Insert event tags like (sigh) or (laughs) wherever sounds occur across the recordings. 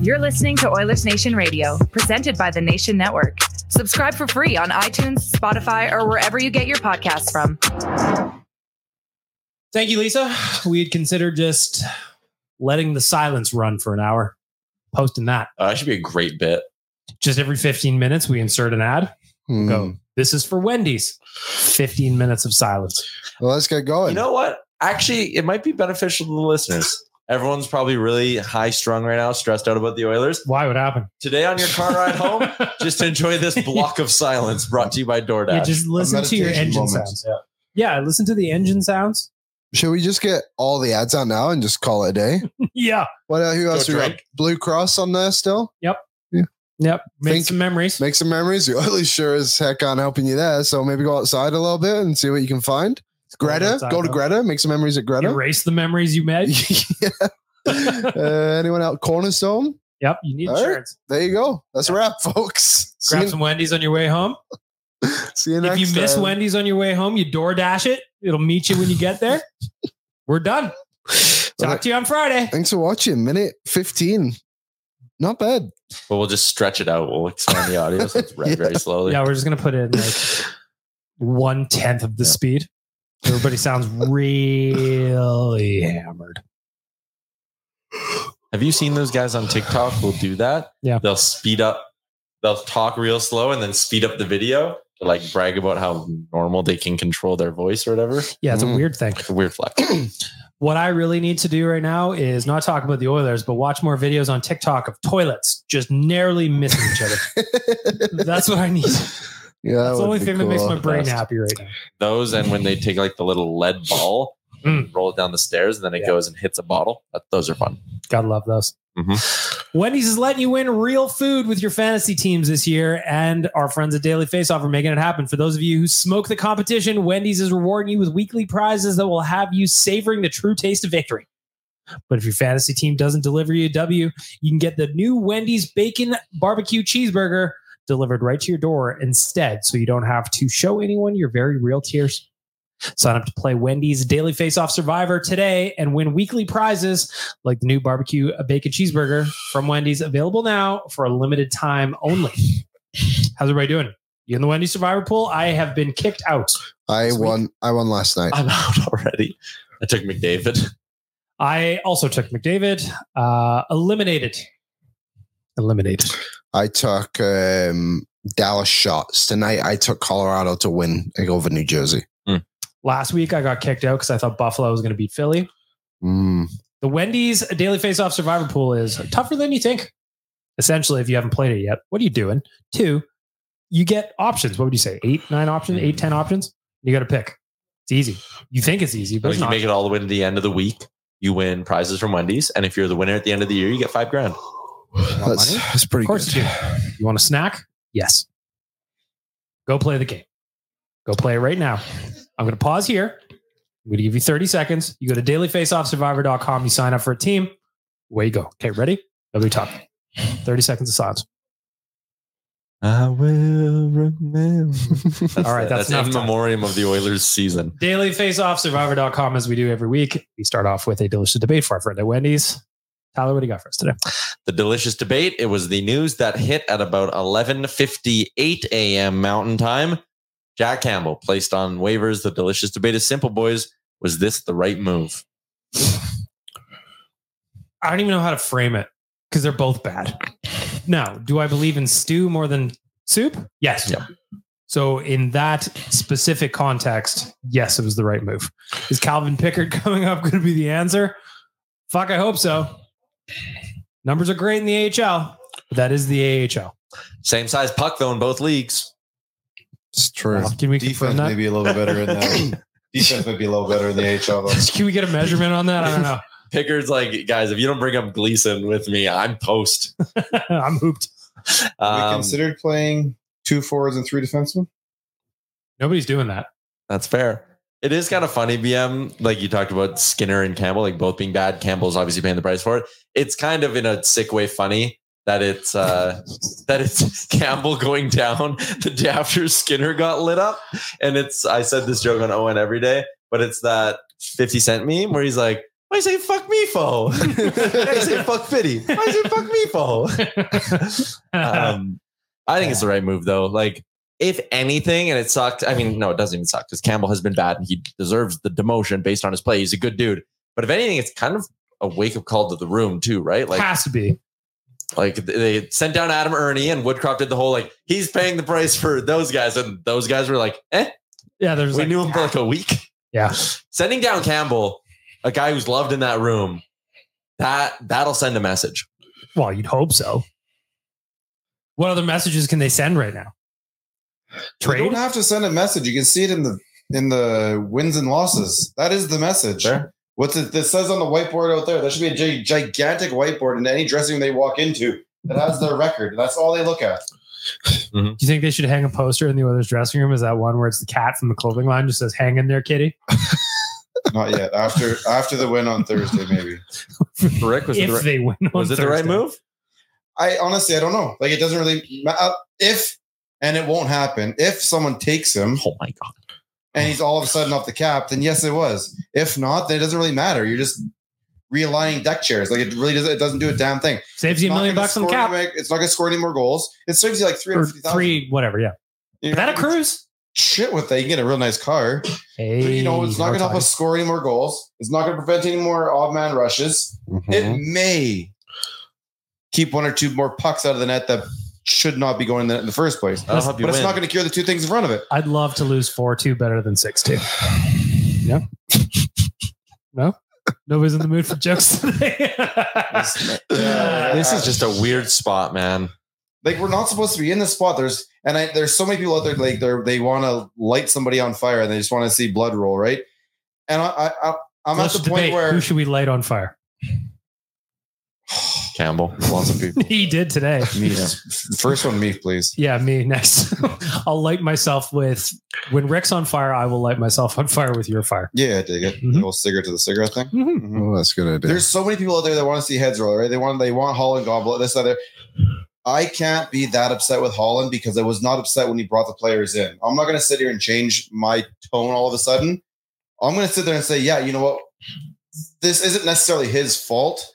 You're listening to Oilers Nation Radio, presented by the Nation Network. Subscribe for free on iTunes, Spotify, or wherever you get your podcasts from. Thank you, Lisa. (sighs) We had considered just letting the silence run for an hour, posting that. Uh, that should be a great bit. Just every 15 minutes, we insert an ad. Mm. Hmm. Go, this is for Wendy's. 15 minutes of silence. Well, let's get going. You know what? Actually, it might be beneficial to the listeners. Everyone's probably really high strung right now, stressed out about the Oilers. Why would happen? Today on your car ride home, just enjoy this block of silence brought to you by DoorDash. (laughs) Yeah, just listen to your meditation engine moment. sounds. Yeah. listen to the engine sounds. (laughs) Should we just get all the ads out now and just call it a day? yeah. What uh, who else? Go we got drink. Blue Cross on there still. Yep. Make Think- some memories. Make some memories. (laughs) You're really sure as heck on helping you there. So maybe go outside a little bit and see what you can find. Greta, go to Greta. Make some memories at Greta. Erase the memories you made. (laughs) yeah. uh, anyone out Cornerstone? Yep. You need All right. insurance. There you go. That's a wrap, folks. See Grab you, some Wendy's on your way home. see you If next uh, you miss time. Wendy's on your way home, you door dash it. It'll meet you when you get (laughs) there. We're done. Talk to you on Friday. Thanks for watching. Minute 15. Not bad. (laughs) But we'll just stretch it out. We'll expand the audio (laughs) so it's read very slowly. Yeah, we're just gonna put in like one tenth of the speed. Everybody (laughs) sounds really hammered. Have you seen those guys on TikTok who'll do that? Yeah. They'll speed up, they'll talk real slow and then speed up the video to like brag about how normal they can control their voice or whatever. Yeah, it's a Mm. weird thing. Like a weird flex. (clears throat) What I really need to do right now is not talk about the Oilers, but watch more videos on TikTok of toilets just narrowly missing each (laughs) other. That's what I need. That's yeah, that the would only be thing that makes cool. my brain Best. happy right now. Those and (laughs) when they take like the little lead ball, Mm. roll it down the stairs, and then it Yeah. goes and hits a bottle. That, those (laughs) are fun. Gotta love those. Wendy's is letting you win real food with your fantasy teams this year, and our friends at Daily Faceoff are making it happen. For those of you who smoke the competition, Wendy's is rewarding you with weekly prizes that will have you savoring the true taste of victory. But if your fantasy team doesn't deliver you a W, you can get the new Wendy's Bacon Barbecue Cheeseburger delivered right to your door instead, so you don't have to show anyone your very real tears. Sign up to play Wendy's Daily Faceoff Survivor today and win weekly prizes like the new barbecue bacon cheeseburger from Wendy's, available now for a limited time only. How's everybody doing? You in the Wendy's Survivor pool? I have been kicked out. I Sweet. won. I won last Uh-huh. night. I'm out already. I took McDavid. I also took McDavid, uh, eliminated, eliminated. I took um, Dallas shots tonight. I took Colorado to win over New Jersey. Last week I got kicked out because I thought Buffalo was going to beat Philly. Mm. The Wendy's Daily Faceoff Survivor pool is tougher than you think. essentially, if you haven't played it yet, what are you doing? Two, you get options. What would you say? Eight, nine options, eight, ten options. You got to pick. It's easy. You think it's easy, but But it's if you not. make it all the way to the end of the week, you win prizes from Wendy's. And if you're the winner at the end of the year, you get five grand. Want That's, money? that's pretty Of course (laughs) good. you do. You want a snack? Yes. Go play the game. Go play it right now. I'm going to pause here. I'm going to give you 30 seconds. You go to dailyfaceoffsurvivor.com. You sign up for a team. Away you go. Okay, ready? Nobody talk. 30 seconds of silence. I will remember. (laughs) All right, that's enough in time. memoriam of the Oilers season. Dailyfaceoffsurvivor.com, as we do every week. We start off with a delicious debate for our friend at Wendy's. Tyler, what do you got for us today? The delicious debate. It was the news that hit at about 11:58 a.m. Mountain Time. Jack Campbell placed on waivers. The delicious debate is simple, boys. Was this the right move? I don't even know how to frame it because they're both bad. Now, do I believe in stew more than soup? Yes. Yeah. So, in that specific context, yes, it was the right move. Is Calvin Pickard (laughs) coming up going to be the answer? Fuck, I hope so. Numbers are great in the AHL, but that is the AHL. Same size puck though in both leagues. It's true. Can we confirm Defense that? may be a little better in that. (coughs) Defense may be a little better in the AHL though. (laughs) Can we get a measurement on that? I don't know. (clears throat) Pickard's like, guys, if you don't bring up Gleason with me, I'm toast. (laughs) I'm hooped. we Um, considered playing two forwards and three defensemen. Nobody's doing that. That's fair. It is kind of funny, BM. Like you talked about Skinner and Campbell, like both being bad. Campbell's obviously paying the price for it. It's kind of in a sick way funny that it's uh (laughs) that it's (laughs) Campbell going down (laughs) the day after Skinner got lit up. And it's I said this joke on Owen every day, but it's that 50 cent meme where he's like, Why you say fuck me fo? (laughs) Why you say fuck pity? Why you say fuck me fo? (laughs) um, I think it's the right move though. Like, if anything, and it sucked. I mean, no, it doesn't even suck because Campbell has been bad and he deserves the demotion based on his play. He's a good dude, but if anything, it's kind of a wake up call to the room too, right? Like, Has to be. like they sent down Adam Ernie and Woodcroft did the whole like he's paying the price for those guys, and those guys were like, eh, Yeah, there's we like, "Ah." knew him for like a week. Yeah. (laughs) sending down Campbell, a guy who's loved in that room, that that'll send (laughs) a message. Well, you'd hope so. What other messages can they send right now? You Trade? don't have to send a message. You can see it in the in the wins and losses. That is the message. Sure. What's it that says on the whiteboard out there? There should be a gi- gigantic whiteboard in any dressing room they walk into that has their record. That's all they look at. Do you think they should hang a poster in the Oilers dressing room? Is that one where it's the cat from the clothing line just says, hang in there, kitty? Not yet. After after the win on Thursday, maybe. Rick was, it if the right, they win on was it the right Thursday. move? I honestly I don't know. Like it doesn't really ma- uh, if and it won't happen if someone takes him Oh my god. and he's all of a sudden off the cap. Then yes, it was. If not, then it doesn't really matter. You're just realigning deck chairs. Like it really doesn't. It doesn't do a damn thing. Saves you a It's not million gonna bucks on the score cap. any more- it's not going to score any more goals. It saves you like three Or hundred fifty thousand. three, whatever, yeah. Is that a cruise? Shit with that. You can get a real nice car. Hey, But, you know, it's not hard going to help time. us score any more goals. It's not going to prevent any more odd man rushes. Mm-hmm. It Mm-hmm. may keep one or two more pucks out of the net that should not be going in the, in the first place. That'll help you But it's win. not going to cure the two things in front of it. I'd love to lose 4 2 better than 6 (sighs) 2. Yeah. (laughs) No? Nobody's in the mood for jokes today. (laughs) (laughs) Yeah. This is just a weird spot, man. like we're not supposed to be in this spot. There's and I, there's so many people out there like they're they want to light somebody on fire and they just want to see blood roll, right? And I, I, I I'm Let's at the point debate, where Who should we light on fire? Campbell. lots of people. (laughs) he did today. (laughs) me, first one, me, please. Yeah, me next. I'll light myself with when Rick's on fire. I will light myself on fire with your fire. Yeah, I dig it. Mhm. Mm-hmm. The whole cigarette to the cigarette thing. Oh, that's a good idea. There's so many people out there that want to see heads roll, right? They want they want Holland goblet, this other. I can't be that upset with Holland because I was not upset when he brought the players in. I'm not gonna sit here and change my tone all of a sudden. I'm gonna sit there and say, yeah, you know what? This isn't necessarily his fault.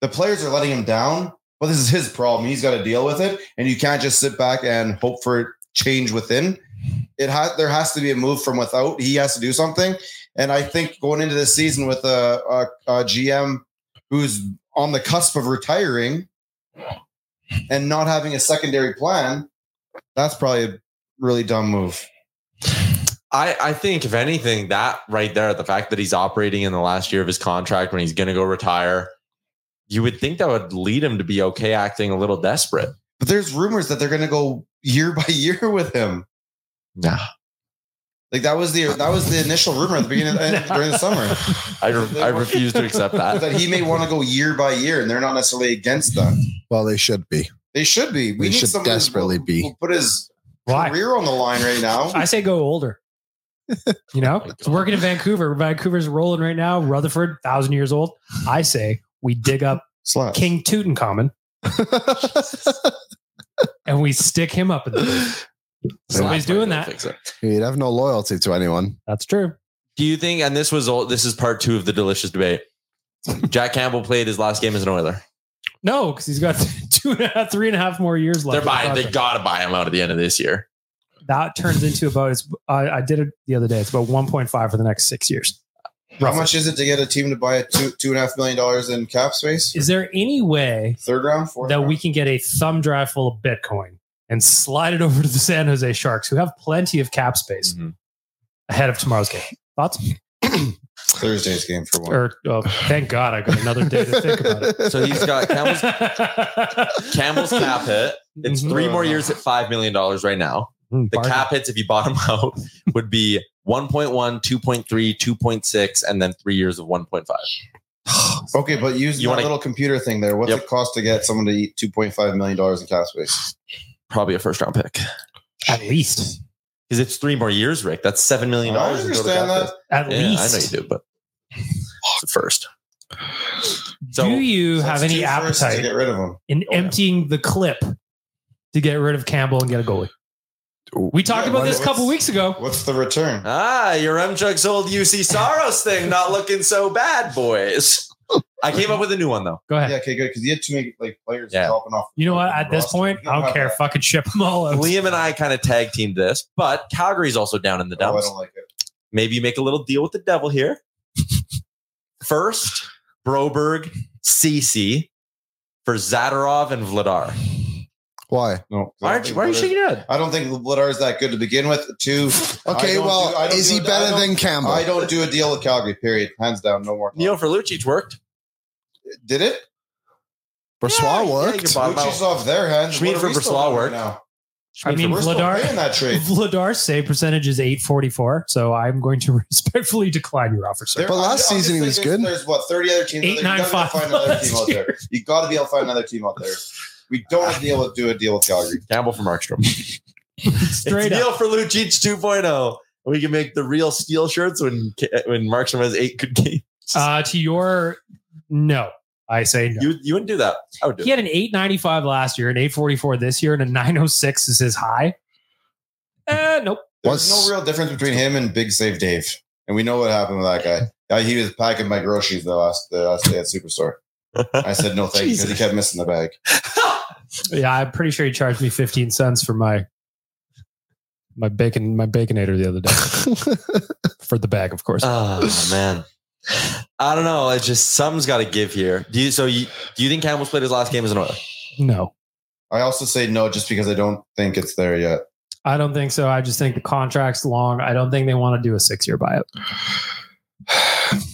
The players are letting him down, but this is his problem. He's got to deal with it, and you can't just sit back and hope for change within. It has there has to be a move from without. He has to do something. And I think going into this season with a, a, a GM who's on the cusp of retiring and not having a secondary plan, that's probably a really dumb move. (laughs) I, I think if anything, that right there, the fact that he's operating in the last year of his contract when he's gonna go retire, you would think that would lead him to be okay acting a little desperate. But there's rumors that they're going to go year by (laughs) year with him. Nah. Like that was the that was the initial rumor at the beginning of, (laughs) during the summer (laughs) I, re- I refuse to accept that that. he may want to go year by year, and they're not necessarily against that. Well, they should be. They should be. They We should need someone who's- desperately be. who'll Put his Why? career on the line right now. I say go older. You (laughs) Oh know, it's working in Vancouver. Vancouver's rolling right now. Rutherford, thousand years old. I say we dig up Slut. King Tutankhamun and we stick him up in the. Somebody's doing that. Fix it. (laughs) You'd have no loyalty to anyone. That's true. Do you think? And this was all. This is part two of the delicious debate. Jack Campbell played his last game as an Oiler. No, because he's got (laughs) two and a half, three and a half more years left. They're buying. of They contract. gotta buy him out at the end of this year. that turns into about it's. I, I did it the other day. It's about one point five for the next six years. How much is it to get a team to buy a two two and a half million dollars in cap space? Is there any way Third round, fourth. that round? we can get a thumb drive full of Bitcoin and slide it over to the San Jose Sharks, who have plenty of cap space Mm-hmm. ahead of tomorrow's game? Thoughts? Thursday's game for one. Or oh, thank God I got another day to think about (laughs) it. So he's got (laughs) Campbell's, Campbell's cap hit. It's Mhm. three more years at five million dollars right now. Mm, The bargain. cap hits, if you bottom (laughs) out, would be 1.1, 2.3, 2.6, and then three years of 1.5. (laughs) (sighs) Okay, but use You that wanna- little computer thing there. What's Yep. it cost to get someone to eat two point five million dollars in cap space? Probably a first round pick. at least, Because it's three more years, Rick. That's $7 million. to I go to understand cap that. hit. at Yeah, I know least. you do, but it's the first. So do you So have it's any two firsts to appetite get rid of him? in emptying the clip to get rid of Campbell and get a goalie? We talked Yeah, about why this a not? couple weeks ago. What's the return? ah, your M Chuck's old UC Soros thing not looking so bad, boys. I came up with a new one, though. Go ahead. Yeah, okay, good. Because you had too many like players Yeah. dropping off. You know what? At this roster. point, You I don't have care. that. Fucking ship them all out. Liam and I kind of tag teamed this, but Calgary's also down in the Oh, I dumps. don't like it. maybe you make a little deal with the devil (laughs) here. First, Broberg, CC for Zadarov and Vladar. Why? No. Why, aren't you, why are you shaking your head? I don't think Vladar is that good to begin with. Two. I Okay, don't well, do- I don't is do he it- I better don't- than Campbell? I don't do a deal with Calgary. Period. Hands down. No more. Neil Ferlucci's worked. Did it? Brassois Yeah, yeah, worked. you're bottom Lucci's out. off their hands. Schmid What are for we still Breslau doing worked. now? I mean, We're still paying Vladar. that trade. Vladar's save percentage is 844, so I'm going to (laughs) respectfully decline your offer, sir. There- But last I'm- I'm season he just was thinking good. There's what thirty other teams. out there. Eight, You nine, gotta be able to five Find another last team out year. there. You got to be able to find another team out there. We don't deal with do a deal with Calgary. Campbell from Markstrom. (laughs) (laughs) Straight it's up. Neil Ferlucci's 2.0. We can make the real steel shirts when when Markstrom has eight good games. Uh, to your no, I say no. You you wouldn't do that. I would do. He had an 895 last year, an 844 this year, and a 906 is his high. Uh, nope. There's What's- no real difference between him and Big Save Dave, and we know what happened with that guy. Uh, he was packing my groceries the last the last day at Superstore. I said no thank you because he Jesus. kept missing the bag. Yeah, I'm pretty sure he charged me 15 cents for my my bacon my baconator the other day (laughs) for the bag, of course. (laughs) Oh man. I don't know. It's just something's got to give here. Do you so you do you think Campbell's played his last game as an Oiler? no, I also say no just because I don't think it's there yet. I don't think so. I just think the contract's long. I don't think they want to do a six year buyout.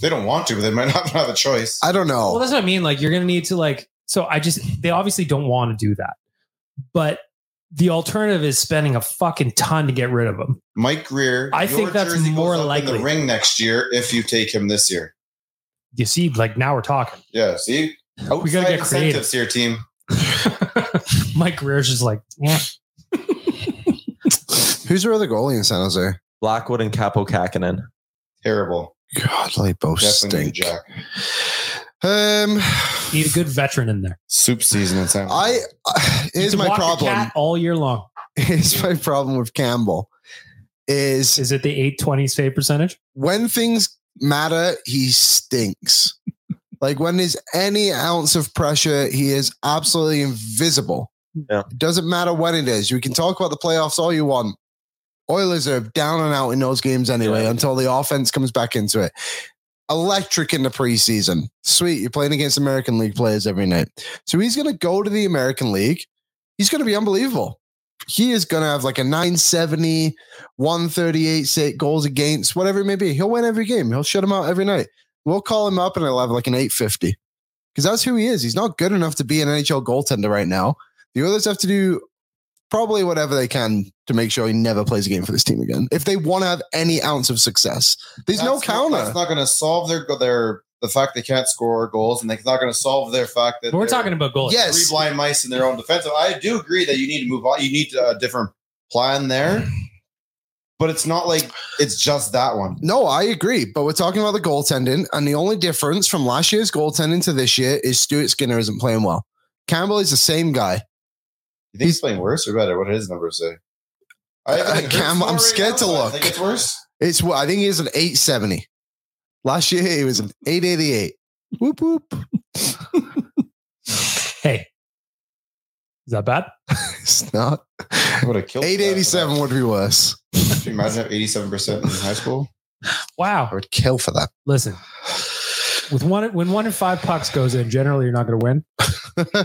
They don't want to, but they might not (laughs) have a choice. I don't Well, know. Oh, that's what I mean. Like you're gonna need to like. So I just they obviously don't want to do that, but the alternative is spending a fucking ton to get rid of them. Mike Greer, I think that's goes more up in likely. the ring next year if you take him this year. You see, like now we're (laughs) talking. Yeah, see, We gotta get Outside creative. incentives here, team. Mike Greer's just like, (laughs) yeah. Who's their other goalie in San Jose? Blackwood and Capo Kakinen. Terrible. God, they both Definitely stink. Jack. Um, need a good veteran in there. Soup season in San I uh, You here's can my walk a problem. cat all year long. (laughs) Here's my problem with Campbell is Is it the 820 save percentage? when things matter, he stinks. like when there's any ounce of pressure, he is absolutely invisible. Yeah. It doesn't matter when it is. You can talk about the playoffs all you want. Oilers are down and out in those games anyway Yeah. until the offense comes back into it. Electric in the preseason. Sweet. You're playing against American League players every night. So he's going to go to the American League. He's going to be unbelievable. He is going to have like a 970, 138 say, goals against, whatever it may be. He'll win every game. He'll shut him out every night. We'll call him up and he'll have like an 850 because that's who he is. He's not good enough to be an NHL goaltender right now. The others have to do probably whatever they can to make sure he never plays a game for this team again. If they want to have any ounce of success, there's no That's not- counter. That's not going to solve their their the fact they can't score goals, and it's not going to solve their fact that But we're they're talking about goalies. Yes. three blind mice in their own defensive. I do agree that you need to move on. You need a different plan there, but it's not like it's just that one. No, I agree. But we're talking about the goaltending, and the only difference from last year's goaltending to this year is Stuart Skinner isn't playing well. Campbell is the same guy. You think he's playing worse or better? What did his numbers say? I haven't Uh, heard Cam, score I'm right scared now, to so I look. think it's worse. It's what I think he is an 870. Last year he was an 888. Whoop whoop. (laughs) Hey, is that bad? It's not. I would have killed. 887 for would be worse. that. Can you imagine eighty-seven percent in high (laughs) school? I Wow. would kill for that. Listen, with one when one in five pucks goes in, generally you're not going to win.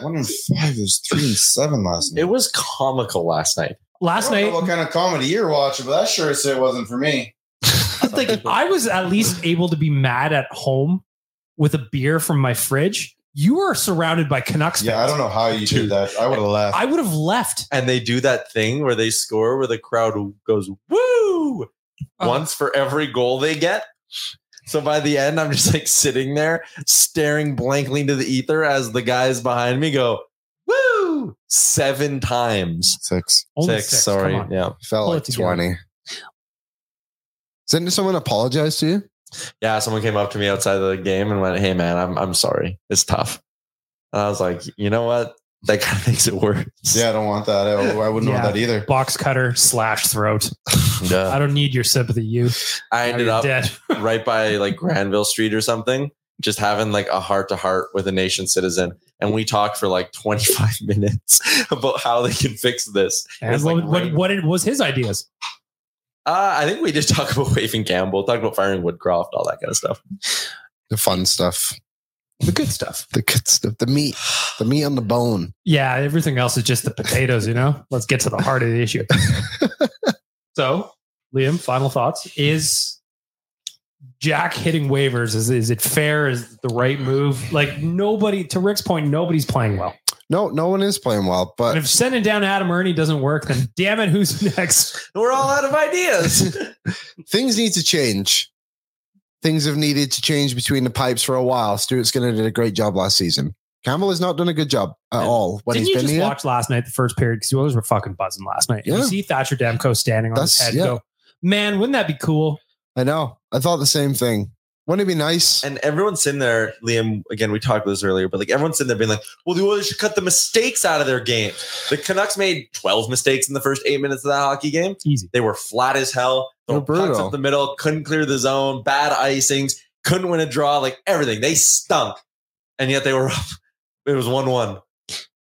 One in five is three and seven last night. It was comical last night. Last I don't night, know what kind of comedy you're watching, but that sure as it wasn't for me. It's like I was at least able to be mad at home with a beer from my fridge. You were surrounded by Canucks Yeah, I fans. don't know how you did Dude. that. I would have laughed. I would have left. And they do that thing where they score where the crowd goes woo Uh-huh. once for every goal they get. So by the end, I'm just like sitting there staring blankly into the ether as the guys behind me go woo seven times. Six. Only six, six, sorry. come on. Yeah. Felt Pull like it together. 20. Didn't someone apologize to you? Yeah. Someone came up to me outside of the game and went, Hey man, I'm I'm sorry. It's tough. And I was like, you know what? That kind of (laughs) makes it worse. Yeah, I don't want that. I, I wouldn't Yeah. want that either. Box cutter slash throat. Yeah. I don't need your sympathy. You Now I ended you're Uh. up dead. right by like Granville Street or something, just having like a heart to heart with a nation citizen. And we talked for like 25 (laughs) minutes about how they can fix this. It And was, what, like, what, right- what it was his ideas? Uh, I think we did talk about waving Campbell, talked about firing Woodcroft, all that kind of stuff. The fun stuff. The good stuff. The good stuff. The meat. The meat on the bone. Yeah, everything else is just the potatoes. You know. Let's get to the heart of the issue. so, Liam, final thoughts is. Jack hitting waivers is, is it fair? Is it the right move? Like nobody, to Rick's point, nobody's playing well. No, no one is playing well, but And if sending down Adam Ernie doesn't work, (laughs) then damn it, who's next? We're all out (laughs) of ideas. things need to change. Things have needed to change between the pipes for a while. Stuart Skinner did a great job last season. Campbell has not done a good job at Yeah. all when Didn't he's you been just here. watch last night the first period because you always were fucking buzzing last night? And Yeah. you see Thatcher Demko standing on his That's- head yeah. and go, man, wouldn't that be cool? I know. I thought the same thing. Wouldn't it be nice? and everyone's in there, Liam, again, we talked about this earlier, but like everyone's in there being like, well, the Oilers should cut the mistakes out of their game. The Canucks made 12 mistakes in the first eight minutes of that hockey game. Easy. They were flat as hell. They were Throwing pucks brutal. up the middle, couldn't clear the zone, bad icings, couldn't win a draw, like everything. They stunk. And yet they were (laughs) up. It was 1 1.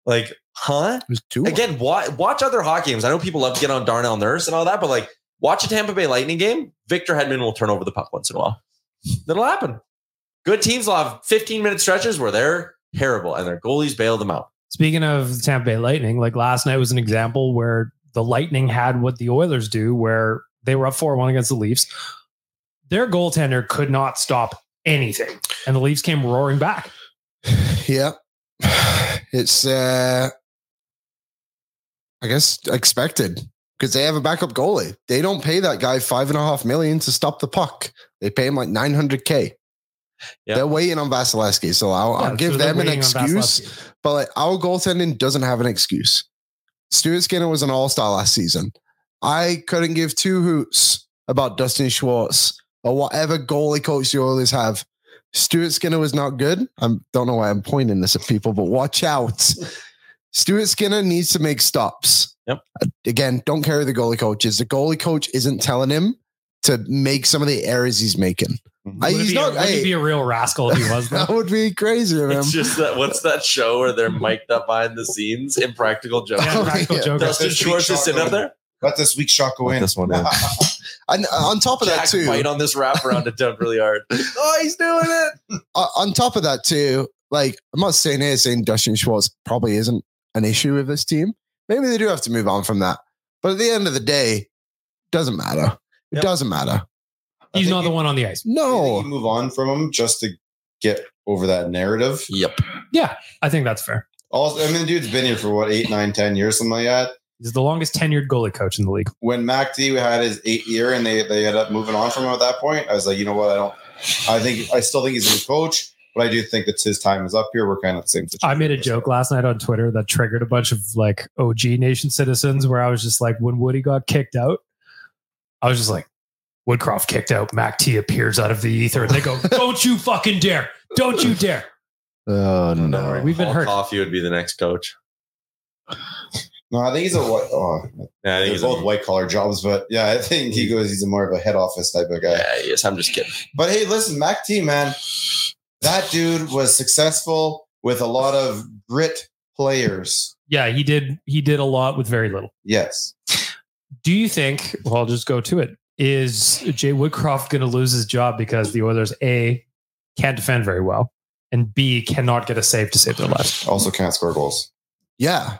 Like, huh? It was two. Again, wa- watch other hockey games. I know people love to get on Darnell Nurse and all that, but like, watch a Tampa Bay Lightning game. Victor Hedman will turn over the puck once in a while. That'll happen. Good teams will have 15 minute stretches where they're terrible and their goalies bail them out. Speaking of the Tampa Bay Lightning, like last night was an example where the Lightning had what the Oilers do, where they were up 4 1 against the Leafs. Their goaltender could not stop anything, and the Leafs came roaring back. (sighs) Yeah. (sighs) It's uh I guess expected because they have a backup goalie. They don't pay that guy five and a half million to stop the puck. They pay him like 900K. Yeah. They're waiting on Vasilevsky. So I'll, I'll Yeah, give so they're them an waiting on excuse, Vasilevsky. but like, our goaltending doesn't have an excuse. Stuart Skinner was an all star last season. I couldn't give two hoots about Dustin Schwartz or whatever goalie coach the Oilers have. Stuart Skinner was not good. I don't know why I'm pointing this at people, but watch out. Stuart Skinner needs to make stops. Yep. Again, don't carry the goalie coaches. The goalie coach isn't telling him to make some of the errors he's making. Mhm. I- Would, it he's be, a- not. would he hey, be a real rascal if he was, (laughs) though? that would be crazy of him. It's just that what's that show where they're mic'd up behind the scenes? Impractical Jokers. Yeah, (laughs) Oh, Rascal yeah. Joker. Dustin Schwartz is sitting up there. Let this week's shot go in. one (laughs) And uh, on top of Jack that, too, bite on this wraparound attempt really hard. (laughs) Oh, he's doing it. uh, on top of that too, like I'm not saying here saying Dustin Schwartz probably isn't an issue with this team. Maybe they do have to move on from that. But at the end of the day, doesn't matter. It Yep. doesn't matter. He's I not think the you- one on the ice. I think You No. move on from him just to get over that narrative. Yep. I think that's fair. Also, I mean, the dude's been here for what eight, nine, ten years, something like that. He's the longest tenured goalie coach in the league. When Mac D had his eight year and they they ended up moving on from him at that point, I was like, you know what, I don't. I think I still think he's a good coach, but I do think that his time is up here. We're kind of the same situation. I made a joke last night on Twitter that triggered a bunch of like OG nation citizens where I was just like, when Woody got kicked out, I was just like, Woodcroft kicked out. Mac T appears out of the ether and they (laughs) go, don't you fucking dare. Don't you dare. Oh no. We've been Paul hurt. Coffey would be the next coach. No, I think he's a white. Oh, Yeah, I think they're he's both white collar jobs, but yeah, I think he goes. He's a more of a head office type of guy. Yeah, yes, I'm just kidding. But hey, listen, Mac T, man, that dude was successful with a lot of grit players. Yeah, he did he did a lot with very little. Yes. Do you think, well, I'll just go to it. Is Jay Woodcroft going to lose his job because the Oilers, A, can't defend very well, and B, cannot get a save to save their lives? Also can't score goals. Yeah.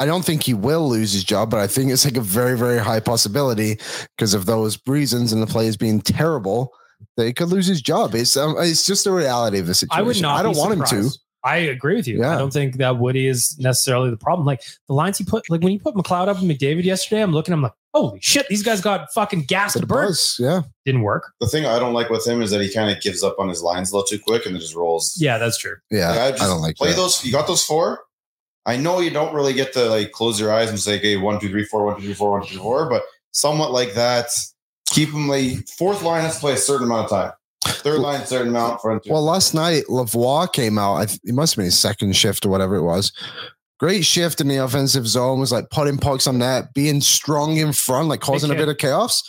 I don't think he will lose his job, but I think it's like a very, very high possibility because of those reasons and the players being terrible that he could lose his job. It's um, it's just the reality of the situation. I would not. I don't be want him to. surprised. I agree with you. Yeah. I don't think that Woody is necessarily the problem. Like the lines he put, like when you put McLeod up and McDavid yesterday, I'm looking, I'm like, holy shit, these guys got fucking gassed to The burn. buzz, yeah. Didn't work. The thing I don't like with him is that he kind of gives up on his lines a little too quick and then just rolls. Yeah, that's true. Yeah. Like, I, I, just don't like play that. those. You got those four. I know you don't really get to like close your eyes and say, "Okay, one, two, three, four, one, two, three, four, one, two, three, four," but somewhat like that. Keep them like fourth line has to play a certain amount of time. Third line, certain amount. Front two. Well, last night Lavoie came out. I th- it must have been his second shift or whatever it was. Great shift in the offensive zone was like putting pucks on net, being strong in front, like causing a can't- bit of chaos.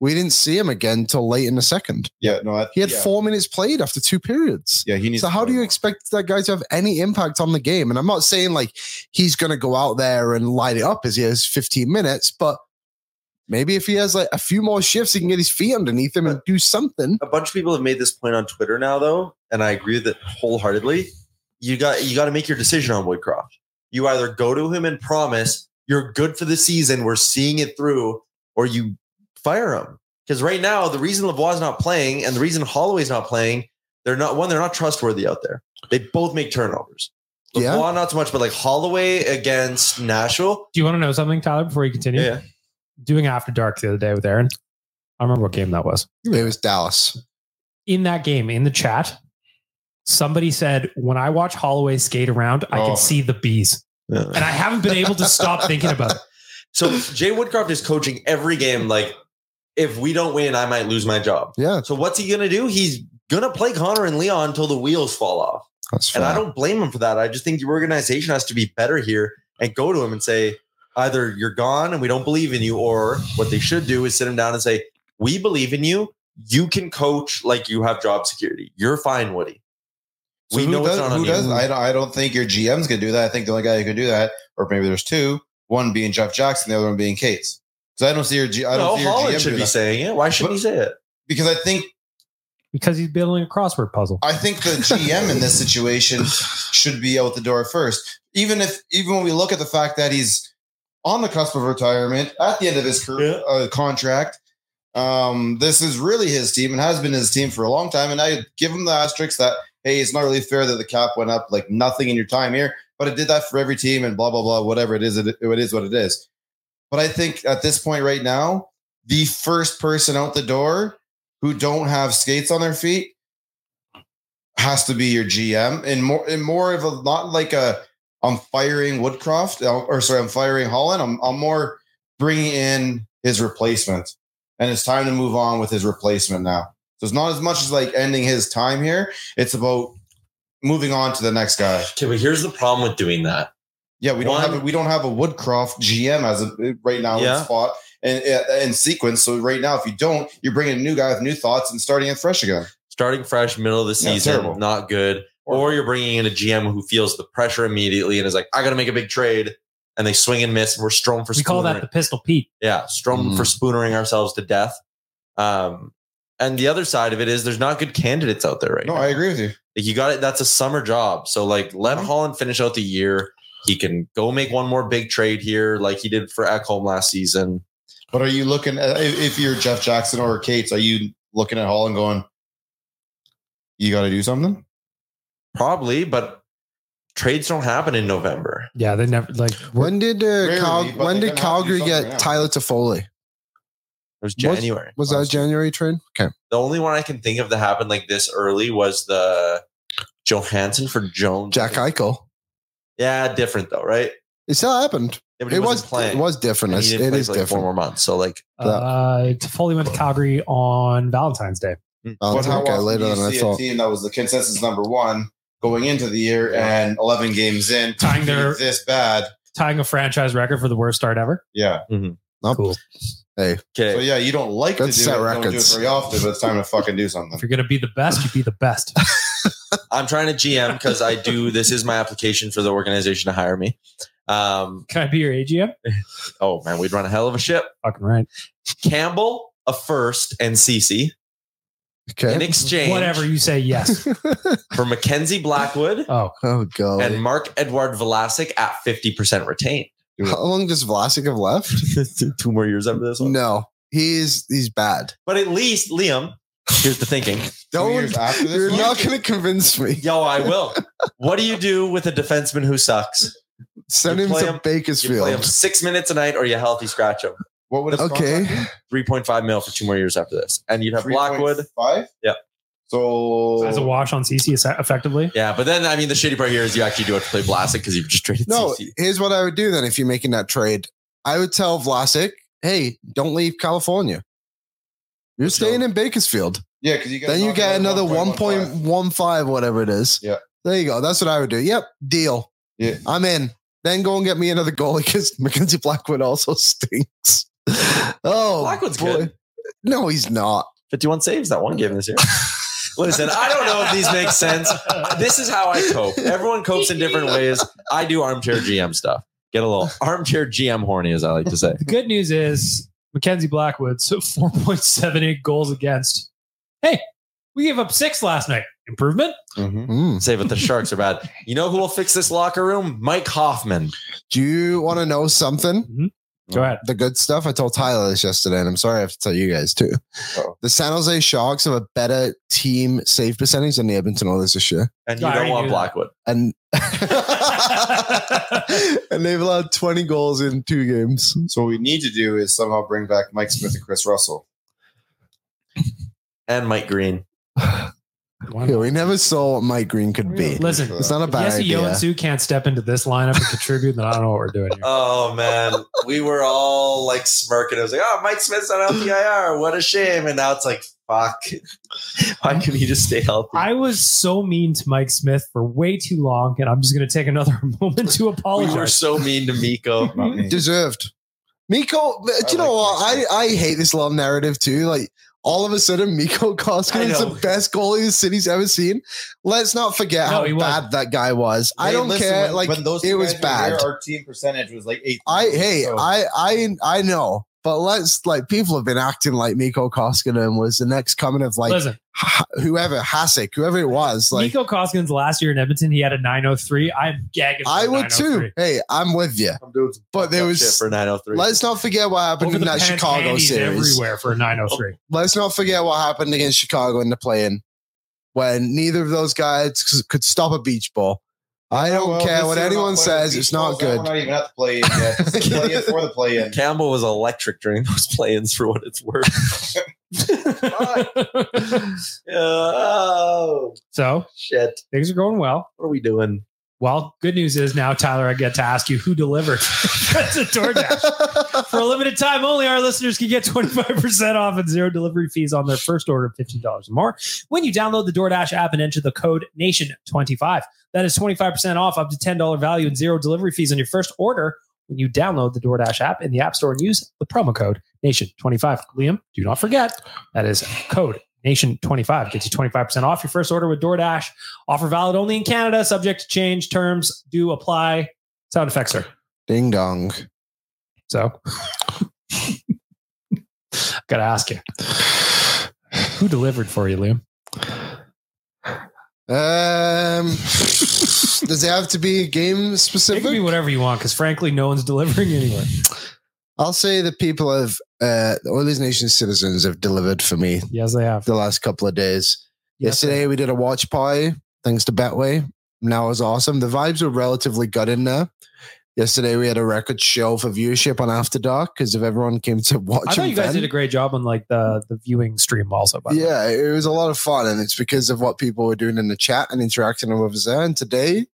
We didn't see him again till late in the second. yeah, no, that, He had yeah. four minutes played after two periods. Yeah, he needs. So to how play do you more. expect that guy to have any impact on the game? And I'm not saying like he's going to go out there and light it up as he has 15 minutes, but maybe if he has like a few more shifts, he can get his feet underneath him and do something. A bunch of people have made this point on Twitter now, though, and I agree with it wholeheartedly. You got you got to make your decision on Woodcroft. You either go to him and promise you're good for the season, we're seeing it through, or you fire him. Because right now, the reason Lavoie's not playing and the reason Holloway's not playing, they're not one, they're not trustworthy out there. They both make turnovers. Lavoie, Yeah. not so much, but like Holloway against Nashville. Do you want to know something, Tyler, before you continue? Doing After Dark the other day with Aaron. I remember what game that was. It was Dallas. In that game, in the chat, somebody said, When I watch Holloway skate around, I Oh. can see the bees. Yeah. And I haven't been able to stop thinking about it. So Jay Woodcroft is coaching every game. Like, if we don't win, I might lose my job. Yeah, So what's he gonna do? He's gonna play Connor and Leon until the wheels fall off. that's fair. And I don't blame him for that. I just think your organization has to be better here and go to him and say, either you're gone and we don't believe in you, or what they should do is sit him down and say, We believe in you. You can coach like you have job security. You're fine, Woody. So we who know does, it's not on who you. does, I don't, I don't think your GM's gonna do that. I think the only guy who can do that, or maybe there's two, one being Jeff Jackson, the other one being Kate. Because I don't see your G. I don't No, see your Holland GM should do be that. saying it. Why shouldn't he say it? because I think Because he's building a crossword puzzle. I think the GM in (laughs) this situation should be out the door first. Even if even when we look at the fact that he's on the cusp of retirement at the end of his career, uh, contract, um, this is really his team and has been his team for a long time. And I give him the asterisk that hey, it's not really fair that the cap went up like nothing in your time here, but it did that for every team and blah blah blah. Whatever it is, it, it is what it is. But I think at this point right now, the first person out the door who don't have skates on their feet has to be your GM and more and more of a not like a I'm firing Woodcroft uh, or sorry I'm firing Holland. I'm I'm more bringing in his replacement, and it's time to move on with his replacement now. So it's not as much as like ending his time here. It's about moving on to the next guy. Okay, but here's the problem with doing that. Yeah, we don't One- have a, we don't have a Woodcroft GM as a, right now in Yeah. spot and in sequence. So right now, if you don't, you're bringing a new guy with new thoughts and starting it fresh again. starting fresh, middle of the Yeah, season, terrible. not good. Or you're bringing in a GM who feels the pressure immediately and is like, I got to make a big trade. And they swing and miss. And we're Strom for We call that spoonering- the Pistol Pete. yeah, Strom Mm. for Mm-hmm. spoonering ourselves to death. Um, and the other side of it is there's not good candidates out there right No, now. I agree Uh-huh. with you. Like you got it. That's a summer job. So like let Holland finish out the year. He can go make one more big trade here, like he did for Ekholm last season. But are you uh, looking at, if if you're Jeff Jackson or Cates, are you looking at Hall and going, you got to do something. Probably, but trades don't happen in November. Yeah, they never like. When did uh, Rarely, Cal- but when they're did gonna have to do Calgary something get now. Tyler Toffoli? It was Was- January. Was that a last year. January trade? Okay. The only one I can think of that happened like this early was the Johansson for Jones. Jack Eichel. Yeah, different though, right? It still happened. Yeah, but he It wasn't was it was different. And It's- he It didn't play is for, like four different. more months. So like Uh, Foley went to Calgary on Valentine's Day. Oh, but how okay, often later do you than I see a thought. team that was the consensus number one going into the year and 11 games in Tying their- this bad? Tying a franchise record for the worst start ever. Yeah. Nope. Cool. okay. So yeah, you don't like Let's to do set it. Don't do it records. very often, but it's time to fucking do something. If you're gonna be the best, you be the (laughs) best. I'm trying to GM because I do (laughs) this is my application for the organization to hire me. Um, Can I be your AGM? oh man, we'd run a hell of a ship. Fucking right. Campbell, a first, and Cece in Okay. exchange Whatever you say, yes. (laughs) for Mackenzie Blackwood Oh, oh god. and Mark Edward Velasic at 50% retained. (laughs) how long does Vlasic have left? Two more years after this one. No. He's he's bad. But at least Liam, here's the thinking. Two Don't years after this you're one? not gonna convince me. Yo, I will. What do you do with a defenseman who sucks? Send You him play to him- You play him Bakersfield. six minutes a night or you healthy scratch him. What would his Okay. contract Three point five mil for two more years after this, and you'd be? have Blackwood. 3.5? Yeah. So as a wash on CC es- effectively. Yeah, but then I mean, the shitty part here is you actually do have to play Vlasic because you've just traded No, CC. here's what I would do then if you're making that trade. I would tell Vlasic, hey, don't leave California. You're staying in Bakersfield. yeah, because you get Then you get another 1.15. 1.15, whatever it is. Yeah. There you go. That's what I would do. Yep. Deal. Yeah. I'm in. Then go and get me another goalie because (laughs) Mackenzie Blackwood also (laughs) stinks. Oh, Blackwood's good. No, he's not. 51 saves that one game this (laughs) year. Listen, I don't know if these make (laughs) sense. This is how I cope. Everyone copes in different ways. I do armchair GM stuff. Get a little armchair GM horny, as I like to say. The good news is Mackenzie Blackwood, (laughs) so 4.78 goals against. Hey, we gave up six last night. Improvement? Mhm. Mm. Say, but the Sharks are bad. You know who will fix this locker room? Mike Hoffman. Do you want to know something? Go ahead. The good stuff. I told Tyler this yesterday, and I'm sorry I have to tell you guys too. Uh-oh. The San Jose Sharks have a better team save percentage than the Edmonton Oilers this year. And you I already don't want knew that. Blackwood. And (laughs) (laughs) and they've allowed 20 goals in two games. So what we need to do is somehow bring back Mike Smith and Chris Russell. And Mike Green. Yeah, Oh, we never saw what Mike Green could be. Listen, It's not a bad Jesse idea. Yoensu can't step into this lineup and contribute, then I don't know what we're doing here. Oh man. We were all like smirking. It was like, oh Mike Smith's not on PIR. What a shame. And now it's like, fuck. (laughs) Why couldn't he just stay healthy? I was so mean to Mike Smith for way too long, and I'm just going to take another (laughs) moment to we were apologize. so mean to (laughs) Miko. Not me. Deserved. Miko, do you know like Mike what? I, I hate this little narrative too. Like, all of a sudden, Miko Koskinen I is know. the best goalie the city's ever seen. Let's not forget No, how he was. bad that guy was. I Hey, don't listen, care. when- like, when those it two guys was were there, bad. Our team percentage was like eight. I hey, So- I I I know, but let's like people have been acting like Miko Koskinen was the next coming of like Listen, ha- whoever Hasek, whoever it was. Like, Nico Koskinen's last year in Edmonton, he had a 903. I'm gagging. for I would 903. too. Hey, I'm with you. I'm doing some But there fucked up was- shit for 903. Let's not forget what happened Over in the that pants, Chicago panties series. everywhere for a (laughs) 903. Let's not forget what happened against Chicago in the play-in when neither of those guys could stop a beach ball. I Oh, don't Well, care this what year we're anyone not playing says. the It's Beach not Balls, and good. We're not even at the play-in yet. It's the (laughs) play-in for the play-in. Campbell was electric during those play-ins for what it's worth. (laughs) oh (laughs) so shit. things are going well. What are we doing? Well, good news is now, Tyler, I get to ask you who delivered. (laughs) That's a DoorDash. For a limited time only, our listeners can get 25% off and zero delivery fees on their first order of $15 or more when you download the DoorDash app and enter the code NATION25. That is 25% off up to $10 value and zero delivery fees on your first order when you download the DoorDash app in the App Store and use the promo code NATION25. Liam, do not forget that is code NATION25. Gets you 25% off your first order with DoorDash. Offer valid only in Canada, subject to change. Terms do apply. Sound effects are (laughs) Ding dong. so, gotta ask you, who delivered for you, Liam? (laughs) Um, does it have to be game It can be specific? whatever you want, because frankly, no one's (laughs) delivering anywhere. I'll say the people of uh, the Oilers Nation citizens have delivered for me Yes, they have. the last couple of days. Yesterday we did a watch party thanks to Betway. And that was awesome. The vibes were relatively good in there. Yesterday we had a record show for viewership on After Dark because if everyone came to (laughs) watch, I thought and you guys vent- did a great job on like the the viewing stream also. By the way. yeah, it was a lot of fun, and it's because of what people were doing in the chat and interacting with us there. And today,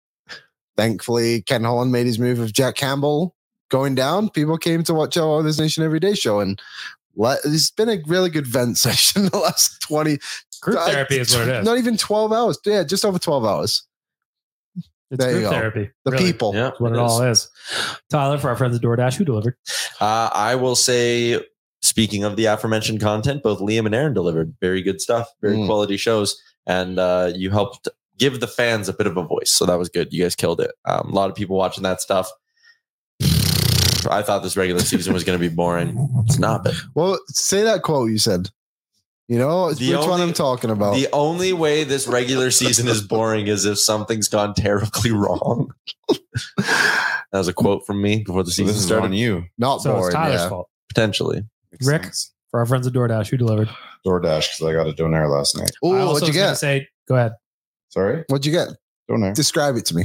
thankfully, Ken Holland made his move of Jack Campbell going down. People came to watch our Oilers Nation Everyday show, and let, it's been a really good vent (laughs) session the last twenty. group uh, therapy is what it is. (laughs) Not even twelve hours. Yeah, just over twelve hours. it's there you group go. therapy. The really. people. Yeah, That's what it all is. Tyler, for our friends at DoorDash, who delivered? Uh, I will say, speaking of the aforementioned content, both Liam and Aaron delivered very good stuff, very Mm. quality shows, and uh, you helped give the fans a bit of a voice. So that was good. You guys killed it. Um, a lot of people watching that stuff. I thought this regular season was going to be boring. It's not. But Well, say that quote you said. You know, it's The which one only- I'm talking about. the only way this regular season is boring is if something's gone terribly (laughs) wrong. That was a quote from me before the So season this is on started. you. Not So boring. it's Tyler's Oh, yeah. fault. Potentially. Rick? For our friends at DoorDash, who delivered? DoorDash because I got a donair last night. Ooh, I also what'd you was gonna get? Say, go ahead. Sorry, What'd you get? donair. Describe it to me.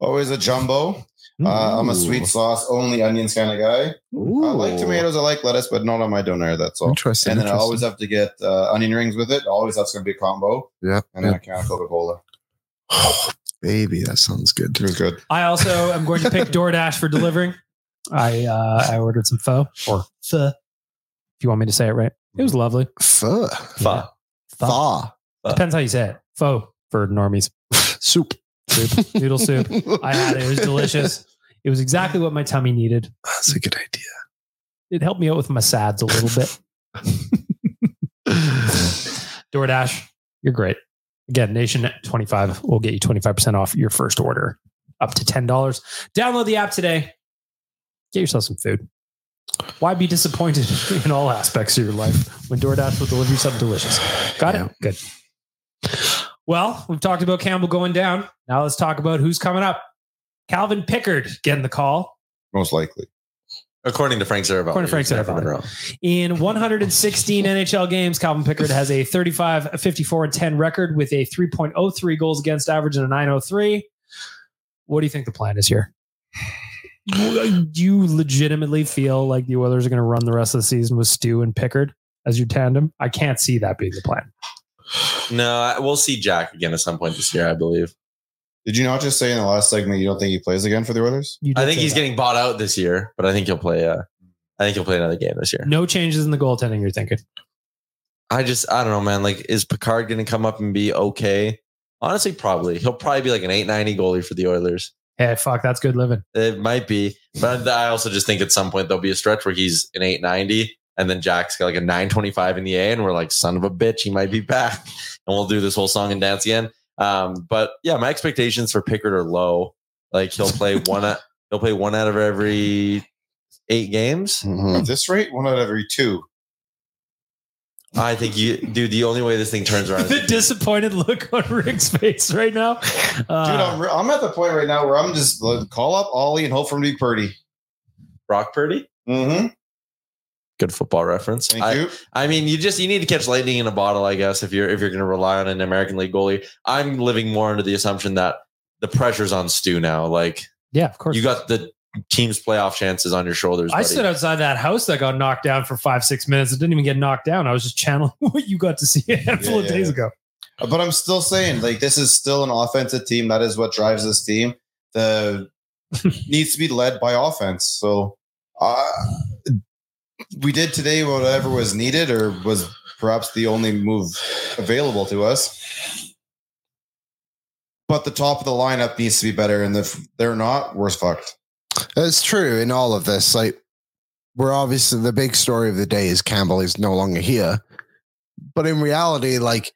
Always a jumbo. Uh, I'm a sweet sauce only onions kind of guy. Ooh. I like tomatoes. I like lettuce, but not on my donair. That's all. Interesting. And then I interesting. always have to get uh, onion rings with it. Always that's going to be a combo. (laughs) Yeah. And then a can of Coca Cola. (sighs) Baby, that sounds good. It was good. I also am going to (laughs) pick DoorDash for delivering. I uh, I ordered some pho or pho, if you want me to say it right. It was lovely. Pho. Fuck. Pho. Pho. Depends how you say it. Pho for normies. (sighs) Soup. Soup. Noodle (laughs) soup. I had it. It was delicious. It was exactly what my tummy needed. That's a good idea. It helped me out with my sads a little bit. (laughs) DoorDash, you're great. Again, Nation 25 will get you 25% off your first order up to $10. Download the app today. Get yourself some food. Why be disappointed (laughs) in all aspects of your life when DoorDash will deliver you something delicious? Got Yeah. it? Good. Well, we've talked about Campbell going down. Now let's talk about who's coming up. Calvin Pickard getting the call Most likely. According to Frank Saravalli. According to Frank He's never been Saravalli. wrong. In 116 NHL games, Calvin Pickard has a 35, a 54, and 10 record with a 3.03 goals against average and a 903. What do you think the plan is here? Do you legitimately feel like the Oilers are going to run the rest of the season with Stu and Pickard as your tandem? I can't see that being the plan. No, I- we'll see Jack again at some point this year, I believe. Did you not just say in the last segment you don't think he plays again for the Oilers? You did I think say he's that. getting bought out this year, but I think he'll play. Uh, I think he'll play another game this year. no changes in the goaltending. You're thinking I just, I don't know, man. Like, is Picard going to come up and be okay? Honestly, probably. He'll probably be like an 890 goalie for the Oilers. hey, fuck, that's good living. (laughs) It might be, but I also just think at some point there'll be a stretch where he's an 890, and then Jack's got like a 925 in the A, and we're like, son of a bitch, he might be back, (laughs) and we'll do this whole song and dance again. Um, but yeah, my expectations for Pickard are low. Like he'll play one, out- he'll play one out of every eight games. At this rate, one out of every two. I think you, dude. The only way this thing turns around, the (laughs) is disappointed look on (laughs) Rick's face right now. Uh, Dude, I'm, re- I'm at the point right now where I'm just like, call up Ollie and hope for him to be Purdy. Brock Purdy. Mm-hmm. Good football reference. Thank I, you. I mean, you just you need to catch lightning in a bottle, I guess, if you're if you're going to rely on an American League goalie. I'm living more under the assumption that the pressure's on Stu now. Like yeah, of course. you got the team's playoff chances on your shoulders. I buddy. stood outside that house that got knocked down for five, six minutes. It didn't even get knocked down. I was just channeling (laughs) what you got to see a handful Yeah, of yeah, days yeah. ago. But I'm still saying, like, this is still an offensive team. That is what drives this team. (laughs) The needs to be led by offense. So uh, we did today whatever was needed, or was perhaps the only move available to us. But the top of the lineup needs to be better, and if they're not, we're fucked. That's true in all of this. Like, we're obviously the big story of the day is Campbell is no longer here. But in reality, like,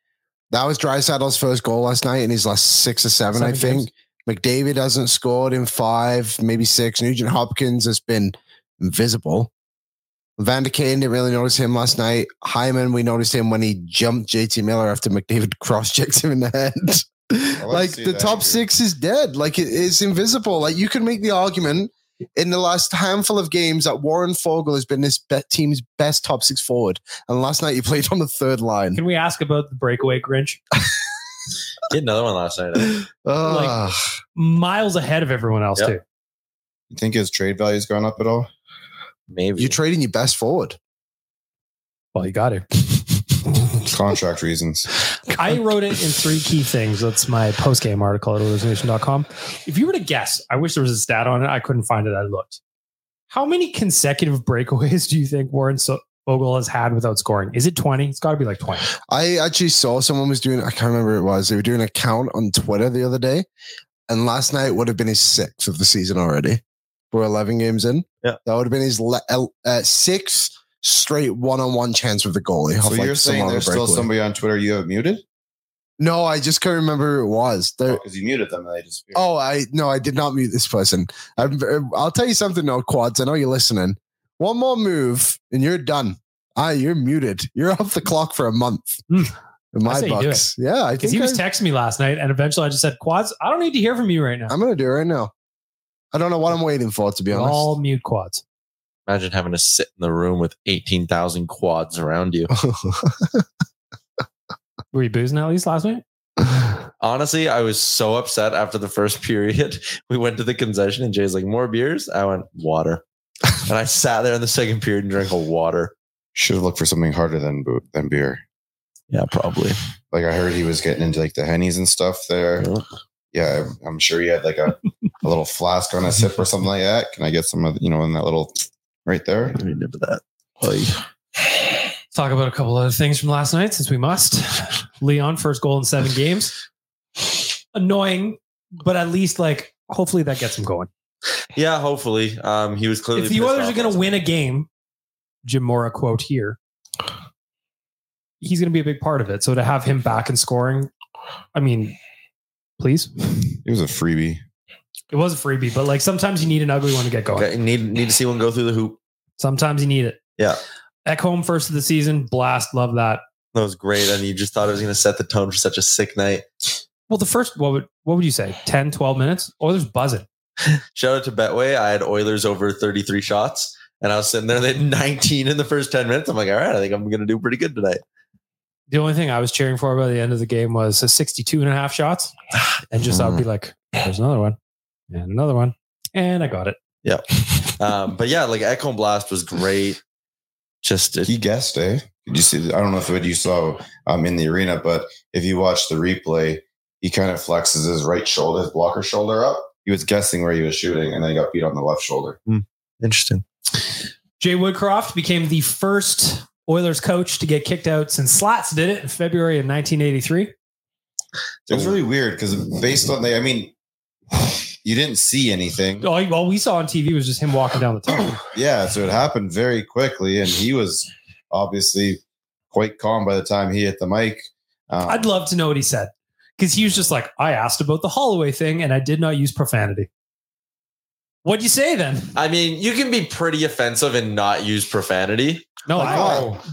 that was Drysaddle's first goal last night in his last six or seven, I Seven think. McDavid hasn't scored in five, maybe six. Nugent Hopkins has been invisible. Van der Kane didn't really notice him last night. Hyman, we noticed him when he jumped JT Miller after McDavid (laughs) cross checked him in the (laughs) head. to like see the that, top dude. six is dead. Like it, it's invisible. Like you could make the argument in the last handful of games that Warren Fogle has been this be- team's best top six forward. And last night he played on the third line. Can we ask about the breakaway Grinch? Did another one last night. (laughs) Ugh. Miles ahead of everyone else Yep. too. You think his trade value's gone up at all? Maybe You're trading your best forward. Well, you got it. Contract (laughs) reasons. I wrote it in three key things. That's my post game article at hallucination.com. If you were to guess, I wish there was a stat on it. I couldn't find it. I looked. How many consecutive breakaways do you think Warren so- Vogel has had without scoring? Is it 20? It's got to be like 20. I actually saw someone was doing, I can't remember who it was. They were doing a count on Twitter the other day. And last night would have been his sixth of the season already. We're 11 games in. Yeah. That would have been his le- el- uh, sixth straight one on one chance with the goalie. So Off, like, you're some saying other there's still breakaway. somebody on Twitter you have muted? No, I just can't remember who it was. There, Because you muted them and they disappeared. Oh, I no, I did not mute this person. I'm, I'll tell you something, though, quads. I know you're listening. One more move, and you're done. Ah, you're muted. You're off the clock for a month. Hmm. In my That's how you do books, yeah. I Because he think was I- texting me last night, and eventually I just said, Quads, I don't need to hear from you right now. I'm gonna do it right now. I don't know what I'm waiting for, to be honest. All mute quads. imagine having to sit in the room with eighteen thousand quads around you. Were you boozing at least last night? Honestly, I was so upset after the first (laughs) period. We went to the concession and Jay's like, "More beers." I went (laughs) water, and I sat there in the second period and drank a water. Should have looked for something harder than boo- than beer. Yeah, (laughs) probably. Like I heard he was getting into like the hennies and stuff there. Yeah, I'm sure he had like a, (laughs) a little flask on a sip or something like that. Can I get some of you know in that little right there? Let me nip at that. Let's talk about a couple other things from last night since we must. (laughs) Leon, first goal in seven games. Annoying, but at least like hopefully that gets him going. Yeah, hopefully. Um, he was clearly. If the pissed Oilers off are going last to win a game, Jim Mora quote here, he's going to be a big part of it. So to have him back and scoring, I mean, please. He was a freebie. It was a freebie, but like sometimes you need an ugly one to get going. Okay, need need to see one go through the hoop. Sometimes you need it. Yeah. At home, first of the season, blast, love that. That was great, and you just thought it was going to set the tone for such a sick night. Well, the first, what would what would you say? 10, 12 minutes? Oilers buzzing. Shout out to Betway. I had Oilers over 33 shots, and I was sitting there. They had 19 in the first 10 minutes. I'm like, all right, I think I'm going to do pretty good tonight. the only thing I was cheering for by the end of the game was a 62 and a half shots. And just I'd be like, there's another one and another one. And I got it. Um, but yeah, like Echo Blast was great. Just it, He guessed, eh? Did you see? I don't know if it you saw um, in the arena, but if you watch the replay, he kind of flexes his right shoulder, his blocker shoulder up. He was guessing where he was shooting, and then he got beat on the left shoulder. interesting. Jay Woodcroft became the first Oilers coach to get kicked out since Slats did it in February of 1983. It was really weird because based on the, I mean, (sighs) you didn't see anything. All, all we saw on TV was just him walking down the (coughs) tunnel. yeah, so it happened very quickly, and he was obviously quite calm by the time he hit the mic. Um, I'd love to know what he said because he was just like, I asked about the Holloway thing and I did not use profanity. What'd you say then? I mean, you can be pretty offensive and not use profanity. No, Like I what?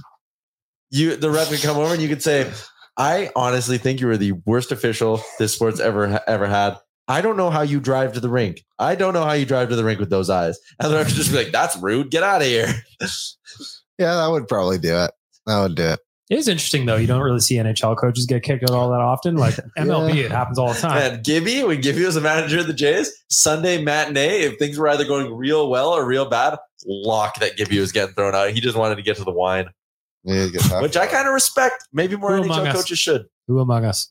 you the ref could come over and you could say, I honestly think you were the worst official this sport's ever ever had. I don't know how you drive to the rink. I don't know how you drive to the rink with those eyes. And the ref would just be like, that's rude. Get out of here. (laughs) yeah, that would probably do it. That would do it. It is interesting though. You don't really see NHL coaches get kicked out all that often. (laughs) Like MLB, it happens all the time. And Gibby, when Gibby was a manager of the Jays, Sunday matinee, if things were either going real well or real bad, lock that Gibby was getting thrown out. He just wanted to get to the wine, yeah, he gets happy. which I kind of respect. Maybe more Who among NHL us? coaches should. Who among us?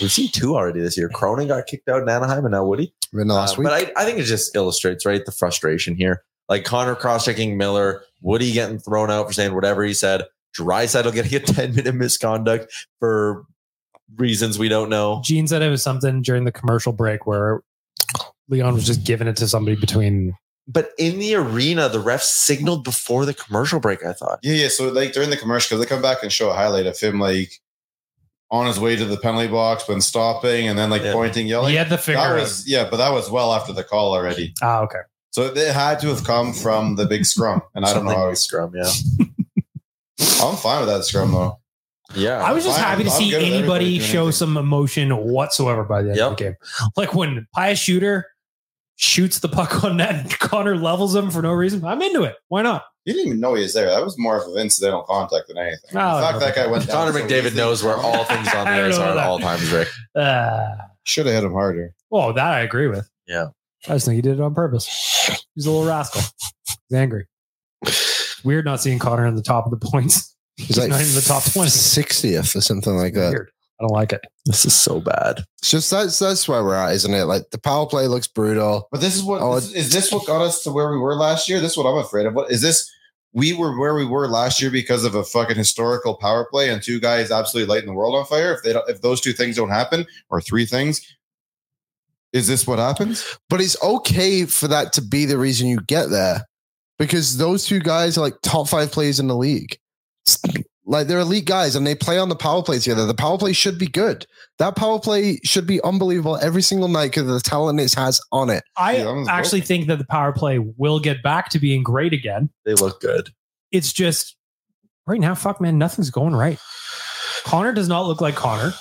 We've seen two already this year. Cronin got kicked out in Anaheim, and now Woody. In the last Uh, week, But I, I think it just illustrates, right, the frustration here. Like Connor cross checking Miller, Woody getting thrown out for saying whatever he said. Drysaddle getting a (laughs) 10 minute misconduct for reasons we don't know. Gene said it was something during the commercial break where Leon was just giving it to somebody between. But in the arena, the ref signaled before the commercial break, I thought. Yeah, yeah. So like during the commercial, 'cause they come back and show a highlight of him like on his way to the penalty box, been stopping, and then like Yeah. pointing, yelling. he had the that finger. was yeah, but that was well after the call already. out. ah, okay. So it had to have come from the big scrum, and I don't know. Something How with scrum, yeah. I'm fine with that scrum though. Yeah. I was just fine. happy to I'm see good with everybody anybody doing show anything. some emotion whatsoever by the end of Yep. the game. Like when Pius Shooter shoots the puck (laughs) on net and Connor levels him for no reason. I'm into it. Why not? You didn't even know he was there. That was more of an incidental contact than anything. Oh, the fact that guy went down. Connor McDavid knows where all (laughs) things on (laughs) the I don't ice know are at that. all times, Rick. Uh, Should have hit him harder. well, that I agree with. Yeah. I just think he did it on purpose. He's a little rascal. He's angry. It's weird not seeing Connor in the top of the points. He's not in the top 20. 60th or something like that. Weird. I don't like it. This is so bad. It's just that's that's where we're at, isn't it? Like the power play looks brutal. But this is what Oh, this- is this what got us to where we were last year? This is what I'm afraid of. What is this? We were where we were last year because of a fucking historical power play and two guys absolutely lighting the world on fire. If they don't, if those two things don't happen or three things, is this what happens? But it's okay for that to be the reason you get there. Because those two guys are like top five players in the league. (clears throat) It's- Like they're elite guys and they play on the power play together. The power play should be good. That power play should be unbelievable every single night because of the talent it has on it. I Yeah, that one's actually broken. think that the power play will get back to being great again. They look good. It's just right now, fuck man, nothing's going right. Connor does not look like Connor.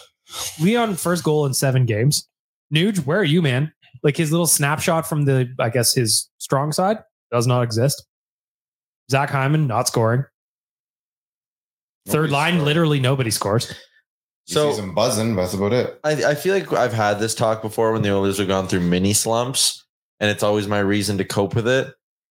Leon first goal in seven games. Nuge, where are you, man? Like his little snapshot from the, I guess his strong side does not exist. Zach Hyman not scoring. Third Nobody's line, scoring. literally nobody scores. So So- he's buzzing. But that's about it. I, I feel like I've had this talk before when the Oilers have gone through mini slumps, and it's always my reason to cope with it.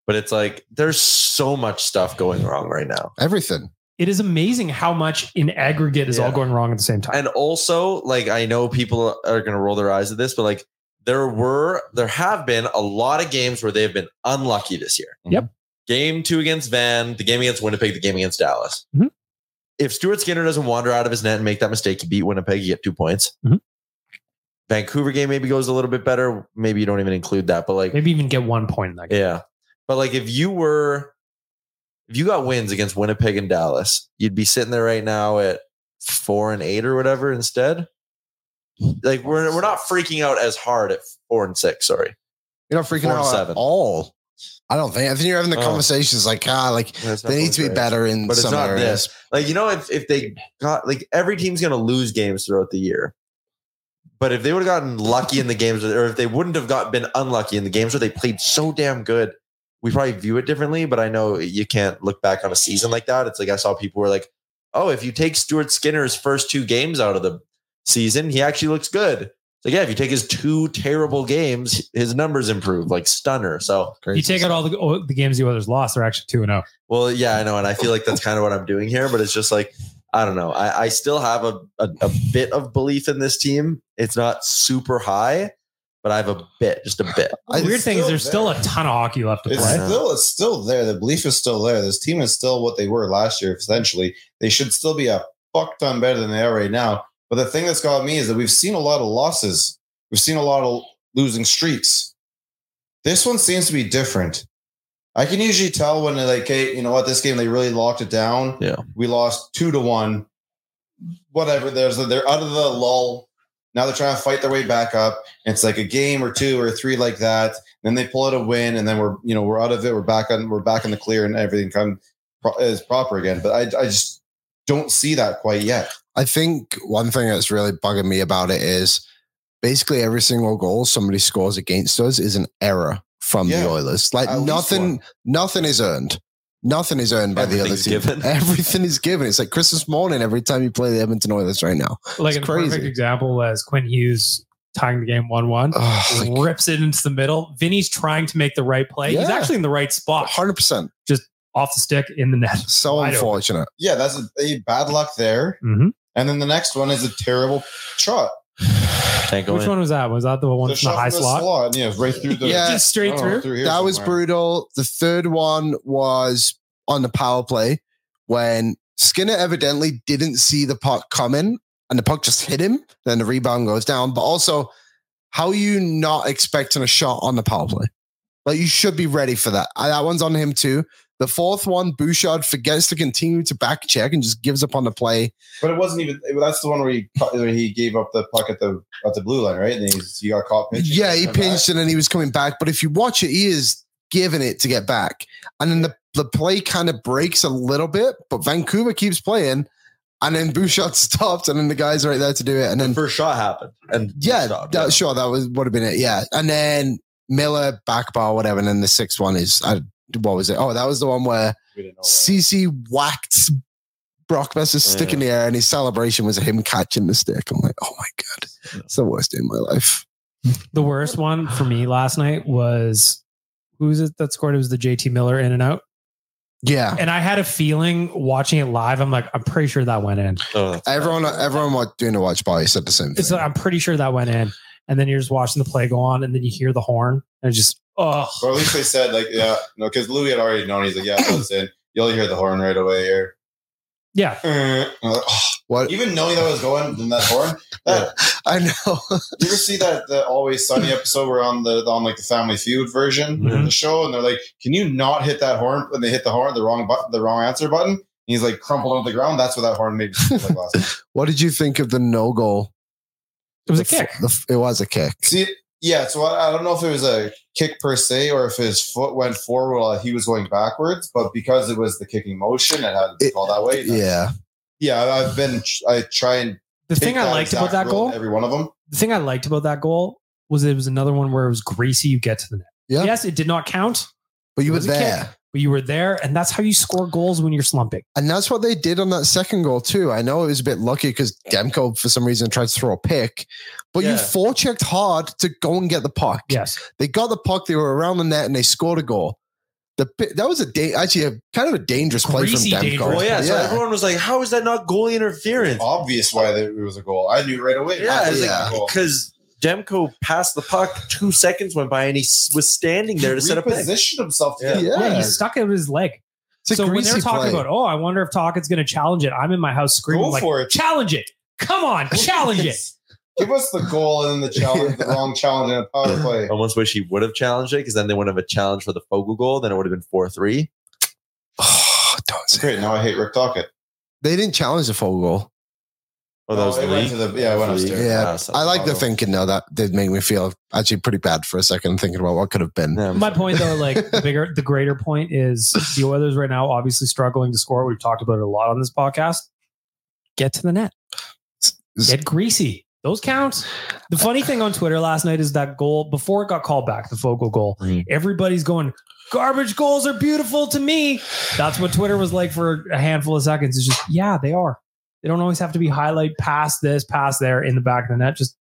But it's like there's so much stuff going wrong right now. Everything. It is amazing how much in aggregate is all Yeah. going wrong at the same time. And also, like I know people are gonna roll their eyes at this, but like there were there have been a lot of games where they've been unlucky this year. Yep. Game two against Van, the game against Winnipeg, the game against Dallas. Mhm. If Stuart Skinner doesn't wander out of his net and make that mistake, you beat Winnipeg, you get two points. Mhm. Vancouver game maybe goes a little bit better. Maybe you don't even include that, but like Maybe even get one point in that game. yeah. But like if you were if you got wins against Winnipeg and Dallas, you'd be sitting there right now at four and eight or whatever instead. Like we're we're not freaking out as hard at four and six, sorry. You're not freaking Four and out seven. at all. I don't think. I think you're having the Oh. conversations like, ah, like That's not they need to be great. better in But it's some not areas. Like, you know, if if they got like every team's gonna lose games throughout the year. But if they would have gotten lucky in the games, or if they wouldn't have got been unlucky in the games where they played so damn good, we probably view it differently. But I know you can't look back on a season like that. It's like I saw people were like, "Oh, if you take Stuart Skinner's first two games out of the season, he actually looks good." It's like, yeah, if you take his two terrible games, his numbers improve like stunner. So, You take out all the, all the games the others lost, they're actually 2 and oh. 0. well, yeah, I know, and I feel like that's kind of what I'm doing here, but it's just like I don't know. I, I still have a, a a bit of belief in this team. It's not super high, but I have a bit, just a bit. The I- weird thing is there's still there. still a ton of hockey left to It's play. still it's still there. The belief is still there. This team is still what they were last year. Essentially, they should still be a fuck ton better than they are right now. But the thing that's got me is that we've seen a lot of losses. We've seen a lot of losing streaks. This one seems to be different. I can usually tell when they're like, hey, you know what, this game they really locked it down. Yeah. we lost two to one. Whatever. There's they're out of the lull. Now they're trying to fight their way back up. It's like a game or two or three like that then they pull out a win, and then we're you know we're out of it. We're back on we're back in the clear, and everything come pro- is proper again. But I I just don't see that quite yet. I think one thing that's really bugging me about it is basically every single goal somebody scores against us is an error from Yeah. the Oilers. Like At least nothing, one. nothing is earned. Nothing is earned by the other Everything's team. given. (laughs) Everything is given. It's like Christmas morning every time you play the Edmonton Oilers right now. like It's a perfect crazy. example was Quinn Hughes tying the game one one, Oh, like, rips it into the middle. Vinny's trying to make the right play. He's Yeah. actually in the right spot, 100%. off the stick in the net. So Wide open. unfortunate. Yeah, that's a, a bad luck there. Mhm. And then the next one is a terrible shot. Can't go Which in. one was that? Was that the one They're from the high shoving slot? and, yeah, right through the Yeah. Just straight oh, through. here that was somewhere. brutal. The third one was on the power play when Skinner evidently didn't see the puck coming and the puck just hit him. Then the rebound goes down. But also, how are you not expecting a shot on the power play? Like you should be ready for that. Uh, That one's on him too. The fourth one, Bouchard forgets to continue to back check and just gives up on the play. But it wasn't even. That's the one where he cut- where he gave up the puck at the at the blue line, right? And he's, he got caught pinching. Yeah, he pinched and then he was coming back. But if you watch it, he is giving it to get back. And then the, the play kind of breaks a little bit, but Vancouver keeps playing. And then (laughs) Bouchard stopped, and then the guys right there to do it. And The then, first shot happened, and yeah, stopped, that, sure, that was would have been it. Yeah. And then Miller back bar, whatever. And then the sixth one is, I, what was it? Oh, that was the one where We didn't know. CC whacked Brock Lesnar's stick in the air, and his celebration was him catching the stick. I'm like, oh my god, it's the worst day of my life. The worst one for me last night was who was it that scored? It was the JT Miller in and out. Yeah, And I had a feeling watching it live. I'm like, I'm pretty sure that went in. Oh, everyone, everyone wa- doing a watch party said the same It's like, thing. I'm pretty sure that went in. And then you're just watching the play go on, and then you hear the horn, and it's just oh, Or at least they said like yeah, no, because Louis had already known. He's like yeah, that's in. You'll hear the horn right away here. yeah. Uh, oh, What Even knowing that was going in that horn, that (laughs) I know, you ever see that the Always Sunny episode where on the on like the Family Feud version Mhm. of the show, and they're like, "Can you not hit that horn?" When they hit the horn, the wrong button, the wrong answer button, and he's like crumpled on the ground. That's what that horn made. me feel Like last (laughs) night. what did you think of the no goal? It was a The f- kick. the f- it was a kick. see, yeah. So I, I don't know if it was a kick per se, or if his foot went forward while he was going backwards, but because it was the kicking motion, it had to be It- called that way. Yeah, yeah. I- I've been I try and The take thing I that liked about exact that rule in goal, every one of them. the thing I liked about that goal was it was another one where it was greasy. You get to the net. Yeah. Yes, it did not count, but It you were was a kick. there. but you were there, and that's how you score goals when you're slumping. And that's what they did on that second goal too. I know it was a bit lucky because Demko for some reason tried to throw a pick, but you Yeah. forechecked hard to go and get the puck. Yes, They got the puck. They were around the net and they scored a goal. The pi- that was a da- actually a kind of a dangerous play from Greasy Demko. danger. well, yeah. So Yeah. everyone was like, "How is that not goalie interference?" Obvious why there it was a goal. I knew right away. Yeah, it's Yeah. like Goal. because Demko passed the puck. Two seconds went by, and he s- was standing there to set up. Repositioned himself. To Yeah. get- yeah. he stuck it with his leg. It's a so when greasy they're talking play. about, oh, I wonder if Talkett's going to challenge it. I'm in my house screaming Go like, for it. challenge it. Come on, challenge it. Give us the goal and then the (laughs) challenge, the wrong challenge and a power play. I almost wish he would have challenged it because then they wouldn't have a challenge for the Fogle goal. Then it would have been four three. oh, (sighs) don't say Great. Now I hate Rick Dockett. they didn't challenge the full goal. Oh, that No, was it the went league. to the- yeah, it went The upstairs. league. Yeah. so- I like the oh, thinking though that did make me feel actually pretty bad for a second thinking about what could have been. no. My point, though, like the bigger, the greater point is the Oilers right now obviously struggling to score. We've talked about it a lot on this podcast. Get to the net. Get greasy. Those count. The funny thing on Twitter last night is that goal before it got called back, the focal goal. Mhm. Everybody's going, garbage goals are beautiful to me. That's what Twitter was like for a handful of seconds. It's just, yeah, they are. They don't always have to be highlight past this, past there, in the back of the net. Just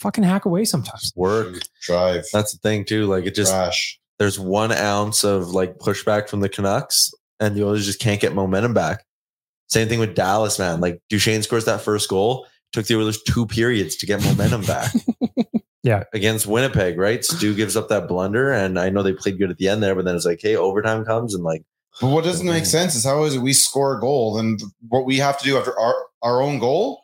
fucking hack away sometimes. Work. Drive. That's the thing too. Like it just Trash. there's one ounce of like pushback from the Canucks, and the Oilers just can't get momentum back. Same thing with Dallas, man. Like Duchesne scores that first goal, took the Oilers two periods to get momentum (laughs) back. Yeah. against Winnipeg, right? Stu gives up that blunder, and I know they played good at the end there, but then it's like, hey, overtime comes, and like, But what doesn't make sense is how is it we score a goal and what we have to do after our, our own goal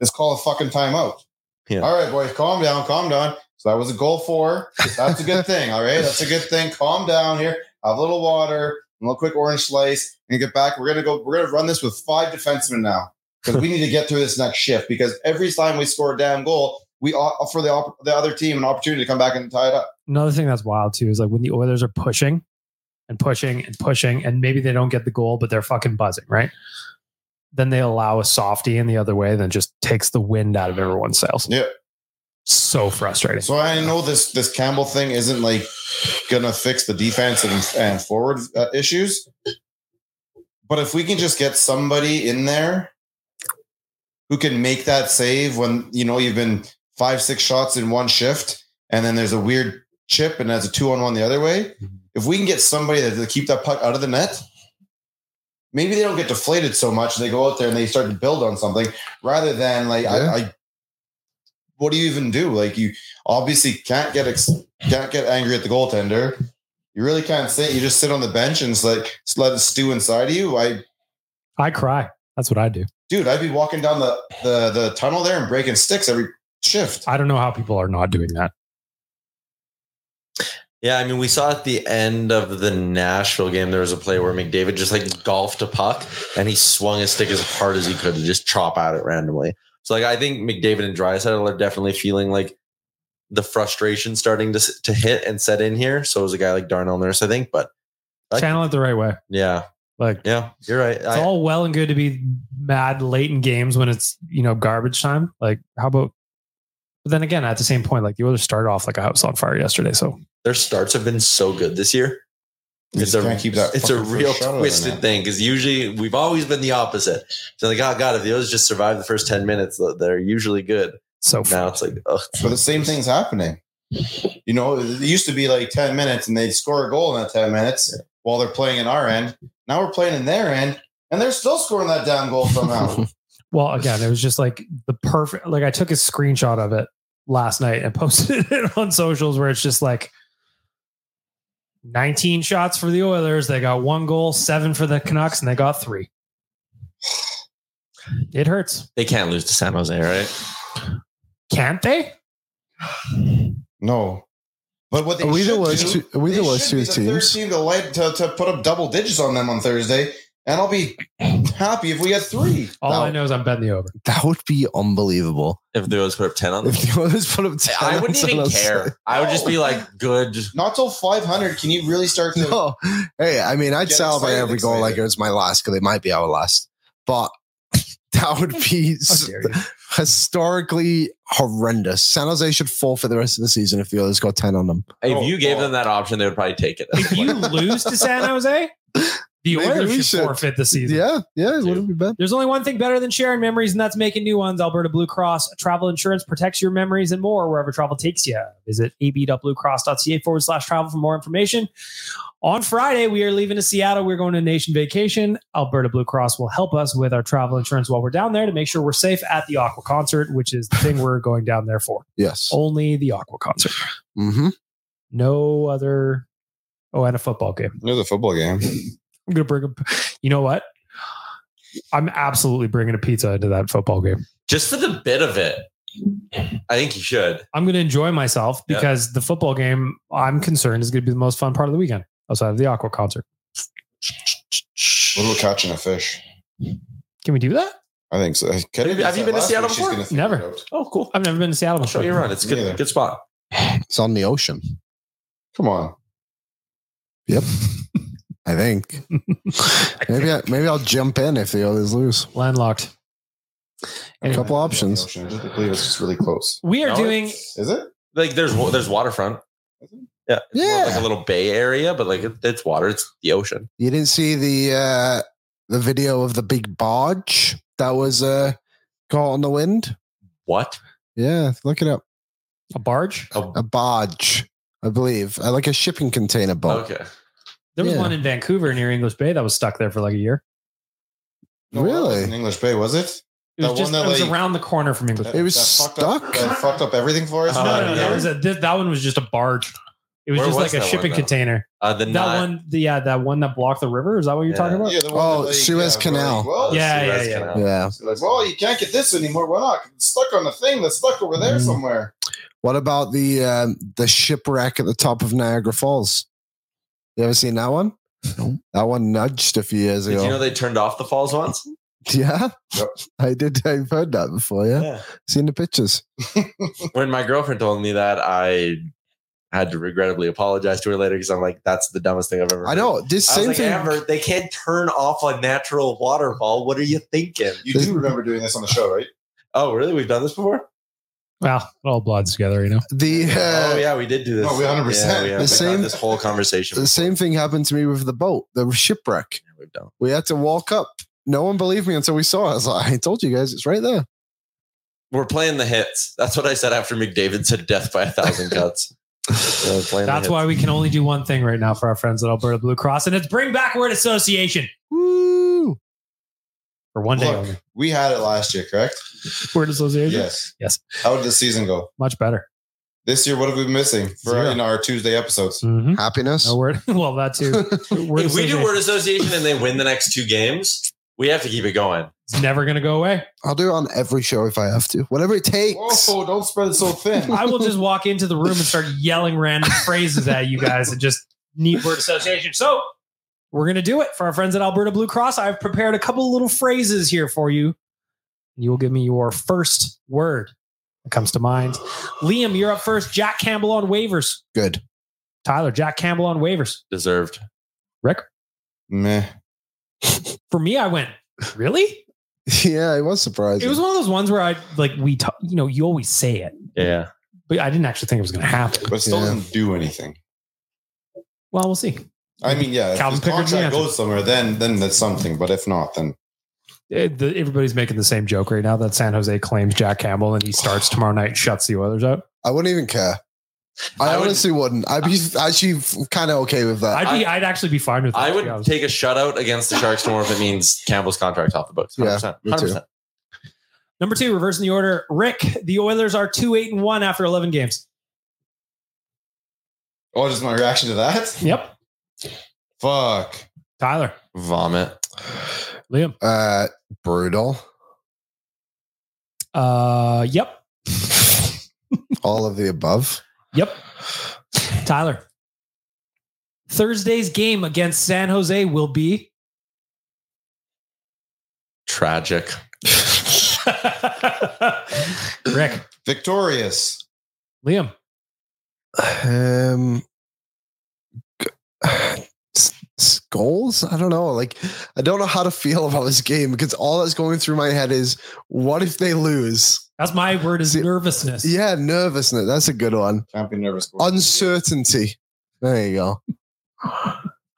is call a fucking timeout. Yeah. All right, boys, calm down, calm down. So that was a goal four. That's a good thing. All right, that's a good thing. Calm down here. Have a little water, a little quick orange slice, and get back. We're gonna go. We're gonna run this with five defensemen now because we need to get through this next shift. Because every time we score a damn goal, we offer the op- the other team an opportunity to come back and tie it up. another thing that's wild too is like when the Oilers are pushing and pushing and pushing, and maybe they don't get the goal, but they're fucking buzzing, right? Then they allow a softie in the other way that just takes the wind out of everyone's sails. Yeah. So frustrating. So I know this this Campbell thing isn't like gonna fix the defense and, and forward uh, issues, but if we can just get somebody in there who can make that save when you know you've been five six shots in one shift, and then there's a weird chip and that's a two on one the other way. If we can get somebody that to keep that puck out of the net. Maybe they don't get deflated so much. They go out there and they start to build on something rather than like Yeah. I, I. What do you even do? Like you, obviously can't get ex- can't get angry at the goaltender. You really can't sit. You just sit on the bench and it's like just let it stew inside of you. I, I cry. That's what I do. dude, I'd be walking down the the the tunnel there and breaking sticks every shift. I don't know how people are not doing that. yeah, I mean, we saw at the end of the Nashville game, there was a play where McDavid just like golfed a puck, and he swung his stick as hard as he could to just chop at it randomly. So like, I think McDavid and Drysdale are definitely feeling like the frustration starting to s- to hit and set in here. So is a guy like Darnell Nurse, I think, but I- Channel it the right way. yeah, Like yeah, you're right. it's I- all well and good to be mad late in games when it's you know garbage time. Like how about But then again, at the same point, like the Oilers started off like a house on fire yesterday. So Their starts have been so good this year. You It's just a, can't keep that it's a fucking first real shot out of twisted them. thing because usually we've always been the opposite. So like, oh god, if the O's just survive the first ten minutes, they're usually good. so Now it's like, ugh. But the same thing's happening. You know, it used to be like 10 minutes and they'd score a goal in that 10 minutes while they're playing in our end. Now we're playing in their end and they're still scoring that damn goal (laughs) somehow. Well, again, it was just like the perfect. Like I took a screenshot of it last night and (laughs) posted it on socials, where it's just like 19 shots for the Oilers. They got one goal, seven for the Canucks, and they got three. It hurts, They can't lose to San Jose, right? can't they? no. But what they Are we the should worst? do- two- Are we the they worst should two be the third teams? team to, light, to, to put up double digits on them on Thursday. And I'll be happy if we get three. All No. I know is I'm betting the over. That would be unbelievable (laughs) If the O's put up ten on them, if the Oilers put up. 10 I on wouldn't San even Jose. care. I would just be like, good. Not till 500 can you really start to. (laughs) No, hey, I mean, I'd Get celebrate excited, every goal excited. like it was my last because it might be our last, but (laughs) that would be How s- dare (laughs) you. historically horrendous. San Jose should fall for the rest of the season if the Oilers got ten on them. If Oh, you gave oh. them that option, they would probably take it. (laughs) If you lose to San Jose, the Maybe Oilers we should, should. forfeit the season. Yeah, yeah, it Dude. wouldn't be bad. There's only one thing better than sharing memories, and that's making new ones. Alberta Blue Cross travel insurance protects your memories and more wherever travel takes you. Visit ab.bluecross.ca forward slash travel for more information. On Friday, we are leaving to Seattle. We're going to nation vacation. Alberta Blue Cross will help us with our travel insurance while we're down there to make sure we're safe at the Aqua concert, which is the thing we're going down there (laughs) for. Yes. Only the Aqua concert. Mm-hmm. No other. Oh, and a football game. There's a football game. I'm gonna bring a. You know what? I'm absolutely bringing a pizza into that football game. just for the bit of it. I think you should. I'm going to enjoy myself Yeah. because the football game I'm concerned is going to be the most fun part of the weekend outside of the aqua concert. What about catching a fish? Can we do that? I think so. Have Kennedy you- have said you been to last Seattle week she's before? gonna figure Never. it out. Oh, cool. I've never been to Seattle I'll show before. you around. It's a good, Neither. good spot. It's on the ocean. Come on. Yep. I think. maybe I, maybe I'll jump in if the Oilers lose. Landlocked. A Anyway, couple options. I just believe it's just really close. we are No, doing it's- Is it? like there's wa- there's waterfront. Yeah, it's more Yeah. like a little bay area, but like it, it's water. It's the ocean. You didn't see the uh, the video of the big barge that was uh, caught on the wind. What? Yeah, look it up. a barge. a barge, I believe, uh, like a shipping container boat. Okay. There was Yeah. one in Vancouver near English Bay that was stuck there for like a year. No, that wasn't really? English Bay, was it? It was That just one that, it was like- around the corner from English. Bay. It was fucked up- stuck? that fucked up everything for us. Oh, no, no, no, yeah. that was a, this, that one was just a barge. It was Where just was like a that one, shipping though? container. Uh, the That Nile- one, the yeah, that one that blocked the river. Is that what you're Yeah. talking about? Yeah, the one Oh, that, Suez we're Canal. like, Oh, well, Yeah, Suez yeah, yeah. Canal. Yeah. it's Like, well, you can't get this anymore. Why not? It's stuck on the thing that's stuck over there Mm. somewhere. What about the um, the shipwreck at the top of Niagara Falls? You ever seen that one? No. That one nudged a few years Did ago. you know they turned off the falls once? (laughs) yeah, Yep. I did. I've heard that before. Yeah, seen the pictures. When my girlfriend told me that, I had to regrettably apologize to her later because I'm like, that's the dumbest thing I've ever. I heard. know this I was same like, thing. Amber, they can't turn off a natural waterfall. What are you thinking? You do remember doing this on the show, right? Oh, really? We've done this (laughs) before? Well, it all bloods together, you know. The uh, oh, yeah, we did do this. No, we 100%. Yeah, we have. The We've same- had this whole conversation. (laughs) the same thing happened to me with the boat, the shipwreck. Yeah, we've done. We had to walk up. No one believed me until we saw it. I was like, (laughs) I told you guys, it's right there. We're playing the hits. That's what I said after McDavid said death by a (laughs) thousand cuts. Yeah, we're playing the That's hits. why we can only do one thing right now for our friends at Alberta Blue Cross, and it's bring back word association Woo! for one day Look, only. We had it last year, correct? Word association, Yes. Yes. How did the season go? much better. This year, what have we been missing for Zero. in our Tuesday episodes? Mm-hmm. Happiness. No word. (laughs) Well, that (laughs) too. Word if we do association word association and they win the next two games, we have to keep it going. is never going to go away. I'll do it on every show if I have to. Whatever it takes. Whoa, don't spread it (laughs) so thin. I will just walk into the room and start yelling random phrases at you guys and just need word association. So we're going to do it for our friends at Alberta Blue Cross. I've prepared a couple little phrases here for you. You will give me your first word that comes to mind. Liam, you're up first. Jack Campbell on waivers. Good. (laughs) Tyler, Jack Campbell on waivers. Deserved. Meh. For me, I went, really? Yeah, it was surprising. It was one of those ones where I like we talk, you know you always say it, Yeah. but I didn't actually think it was going to happen. but it still Yeah. doesn't do anything. Well, we'll see. I mean, yeah, Calvin if his Pickard's the contract answer. goes somewhere, then then that's something. But if not, then It- Eh, the- everybody's making the same joke right now that San Jose claims Jack Campbell and he starts tomorrow night, and shuts the Oilers out. I wouldn't even care. I, I would- honestly would, not I'd be actually kind of okay with that. I'd be, I'd actually be fine with. That, I to be would honest. take a shutout against the Sharks tomorrow if it means Campbell's contract's off the books. Yeah, 100%. me too. 100%. number two, reversing the order. Rick, the Oilers are two eight and one after eleven games. oh, just my reaction to that. (laughs) Yep, Fuck. Tyler, Vomit. Liam, uh, brutal. (laughs) uh, yep, All of the above. yep, Tyler. Thursday's game against San Jose will be (laughs) Tragic. Rick, Victorious. Liam, Um, g- s- s- goals? I don't know. Like, I don't know how to feel about this game because all that's going through my head is, what if they lose? that's my word is See- nervousness. Yeah, nervousness. That's a good one. Can't be nervous. Uncertainty. There you go.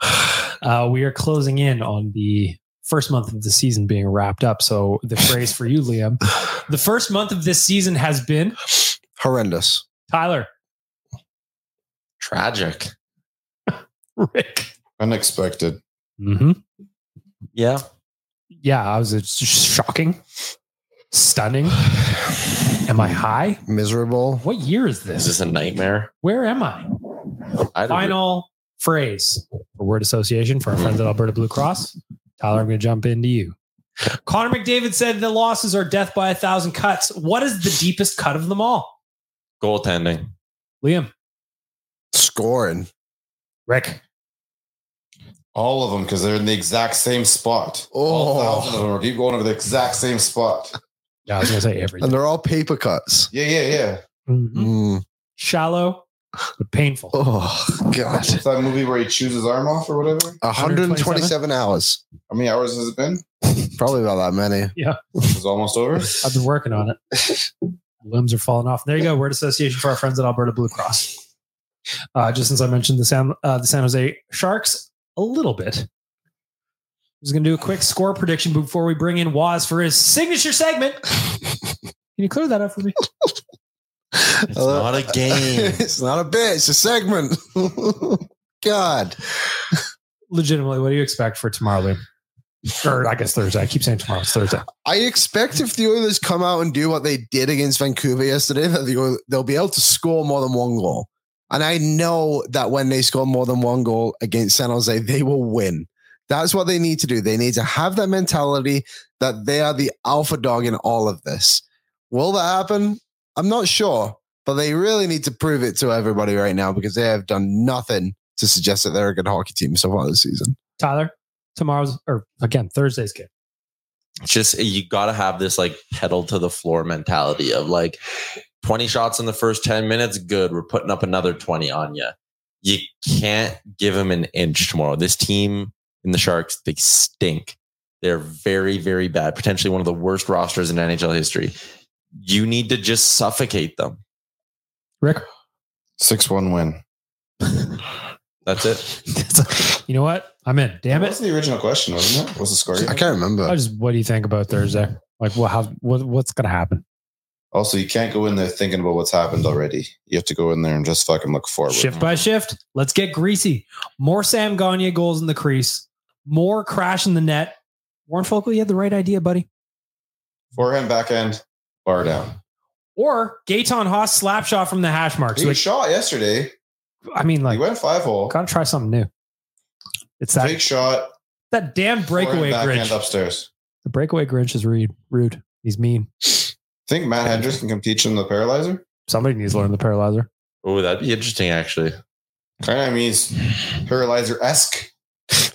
(sighs) Uh, we are closing in on the first month of the season being wrapped up. So the phrase for you, Liam, the first month of this season has been Horrendous. Tyler, Tragic. Rick. Unexpected. Mm-hmm. Yeah. Yeah, I was it's just shocking, stunning. Am I high? Miserable. What year is Is this? this a nightmare? Where am I? I don't- Final phrase or word association for our friends at Alberta Blue Cross. Tyler, I'm going to jump into you. Connor McDavid said the losses are death by a thousand cuts. What is the deepest cut of them all? Goaltending. Liam, Scoring. Rick, All of them because they're in the exact same spot. All Oh. thousand of them are keep going over the exact same spot. Yeah, I was gonna say everything. And they're all paper cuts. Yeah, yeah, yeah. Mhm. Mm. Shallow, but painful. Oh, God. It's that movie where he chews his arm off or whatever. 127 hours. How many hours has it been? Probably about that many. It's almost over. I've been working on it. Limbs are falling off. There you go. Word association for our friends at Alberta Blue Cross. Uh, just since I mentioned the San, uh, the San Jose Sharks a little bit, I'm just going to do a quick score prediction before we bring in Waz for his signature segment. Can you clear that up for me? It's not a game. (laughs) it's not a bit. It's a segment. (laughs) God. Legitimately, what do you expect for tomorrow, Liam? Or I guess Thursday. I keep saying tomorrow. It's Thursday. I expect if the Oilers come out and do what they did against Vancouver yesterday, that the Oil- they'll be able to score more than one goal. And I know that when they score more than one goal against San Jose, they will win. That's what they need to do. They need to have that mentality that they are the alpha dog in all of this. Will that happen? I'm not sure, but they really need to prove it to everybody right now because they have done nothing to suggest that they're a good hockey team so far this season. Tyler, tomorrow's, or again, Thursday's game. just you gotta have this like pedal to the floor mentality of like 20 shots in the first 10 minutes good we're putting up another 20 on you you can't give them an inch tomorrow this team in the sharks they stink they're very very bad potentially one of the worst rosters in nhl history you need to just suffocate them Rick? Six one win. that's it (laughs) It's- you know what? I'm in. Damn That it. was the original question, wasn't it? What's the score? I can't remember. I just, what do you think about Thursday? Like, what, how, what, what's going to happen? Also, you can't go in there thinking about what's happened already. You have to go in there and just fucking look forward. Shift by shift. Let's get greasy. More Sam Gagne goals in the crease. More crash in the net. Warren Fogle, you had the right idea, buddy. Forehand, backhand, bar down. Or Gaetan Haas slap shot from the hash marks. He Which, shot yesterday. I mean, he like, went five hole. gotta try something new. It's Big that shot. that damn breakaway forehand, Grinch. backhand upstairs. The breakaway Grinch is rude. Rude. He's mean. Think Matt Hendrickson can teach him the paralyzer? Somebody needs to learn the paralyzer. oh that'd be interesting actually Kind of. I mean, he's paralyzer esque.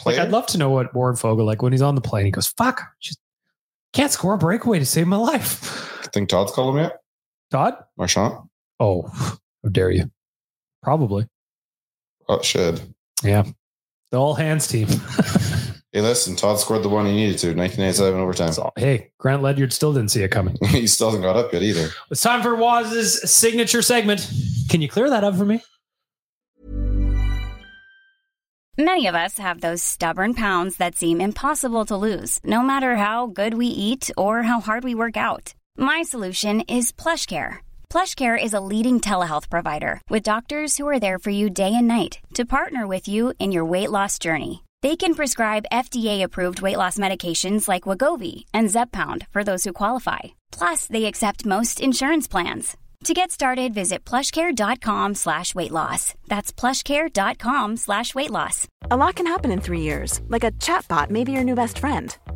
Like, I'd love to know what Warren Fogle like when he's on the plane. He goes, "Fuck, just can't score a breakaway to save my life." (laughs) Think Todd's called him yet? Todd, Marchant? Oh, how dare you? Probably. Oh, should. The all hands team. Hey, listen, Todd scored the one he needed to, 1997 overtime. (laughs) That's all. Hey, Grant Ledyard still didn't see it coming. he still hasn't got up yet either. It's time for Waz's signature segment. Can you clear that up for me? Many of us have those stubborn pounds that seem impossible to lose, no matter how good we eat or how hard we work out. My solution is PlushCare. PlushCare is a leading telehealth provider with doctors who are there for you day and night to partner with you in your weight loss journey. They can prescribe FDA-approved weight loss medications like Wagovi and Zepbound for those who qualify. Plus, they accept most insurance plans. To get started, visit plushcare.com slash weight loss. That's plushcare.com slash weight loss. A lot can happen in three years, like a chatbot may be your new best friend.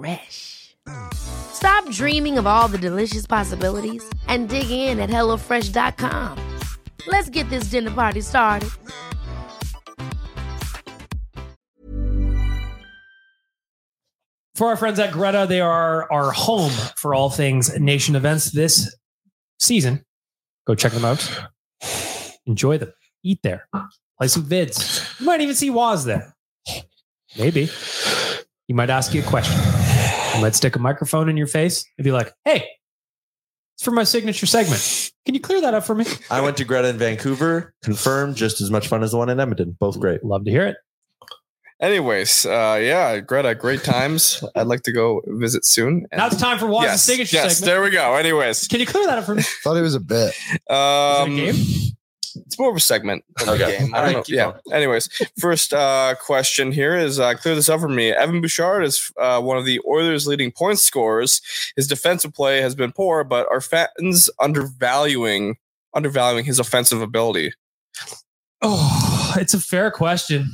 Fresh. Stop dreaming of all the delicious possibilities and dig in at HelloFresh.com. Let's get this dinner party started. For our friends at Greta, they are our home for all things nation events this season. Go check them out. Enjoy them. Eat there. Play some vids. You might even see Waz there. Maybe. He might ask you a question. He might stick a microphone in your face and be like, hey, it's for my signature segment. Can you clear that up for me? I went to Greta in Vancouver. Confirmed, just as much fun as the one in Edmonton. Both great. Love to hear it. Anyways, uh, yeah, Greta, great (laughs) times. I'd like to go visit soon. Now it's time for Waz's yes, signature yes, segment. there we go. Anyways, Can you clear that up for me? Thought it was a bit. Is it a um, game? it's more of a segment than a (laughs) Okay. game. I All right, don't know. keep Yeah. Anyways, first uh, question here is uh, clear this up for me. Evan Bouchard is uh, one of the Oilers' leading point scorers. His defensive play has been poor, but are fans undervaluing undervaluing his offensive ability? Oh, it's a fair question.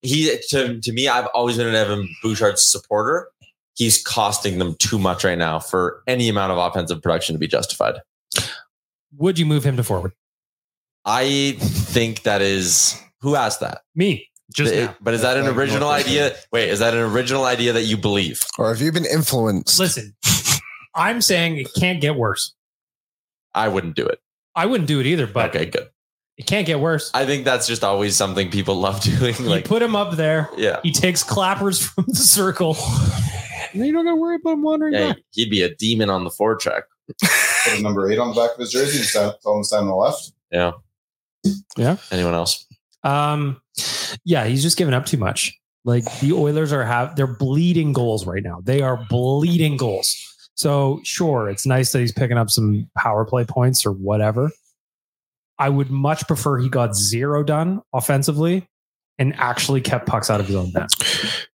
He to to me, I've always been an Evan Bouchard supporter. He's costing them too much right now for any amount of offensive production to be justified. Would you move him to forward? I think that is who asked that. Me. Just It- now. but is that an That's like original North idea? Wait, is that an original idea that you believe? Or have you been influenced? Listen, I'm saying it can't get worse. I wouldn't do it. I wouldn't do it either, but okay, good. it can't get worse. I think that's just always something people love (laughs) doing. Like, you put him up there. yeah, He takes clappers (laughs) from the circle. And you don't got to worry about him wandering yeah, back. he'd be a demon on the four track. Put his number eight on the back of his jersey and stand, tell him to stand on the left. Yeah, Yeah. Anyone else? Um, yeah, he's just giving up too much. Like the Oilers are have they're bleeding goals right now. They are bleeding goals. So sure, it's nice that he's picking up some power play points or whatever. I would much prefer he got zero done offensively and actually kept pucks out of his own net.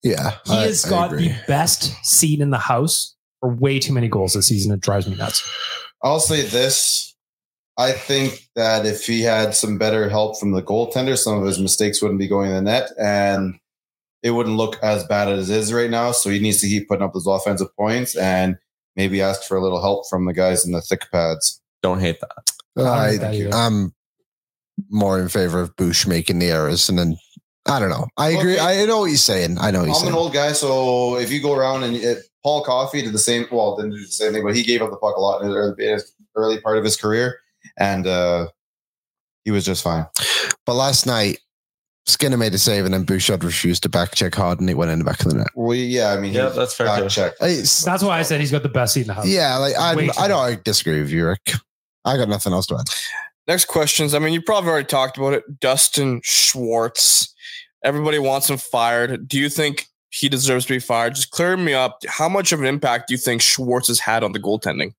Yeah. He I- has I got agree. the best seat in the house for way too many goals this season. It drives me nuts. I'll say this. I think that if he had some better help from the goaltender, some of his mistakes wouldn't be going in the net and it wouldn't look as bad as it is right now. So he needs to keep putting up those offensive points and maybe ask for a little help from the guys in the thick pads. Don't hate that. I I, don't know about you. I'm more in favor of Bush making the errors, and then I don't know. I agree. Okay. I know what you're saying. I know what you're I'm an saying. old guy, so if you go around and it, Paul Coffey did the same, well, didn't do the same thing, but he gave up the puck a lot in the early, in his early part of his career and uh, he was just fine. but last night, Skinner made a save, and then Bouchard refused to back check hard, and it went in the back of the net. Well, yeah, I mean, he Yeah, was that's fair, back too. checked. It's, That's why I said he's got the best seat in the house. yeah, like I, Way too I don't disagree with you, Rick. I got nothing else to add. Next questions. I mean, you probably already talked about it. Dustin Schwartz. Everybody wants him fired. Do you think he deserves to be fired? Just clear me up. How much of an impact do you think Schwartz has had on the goaltending?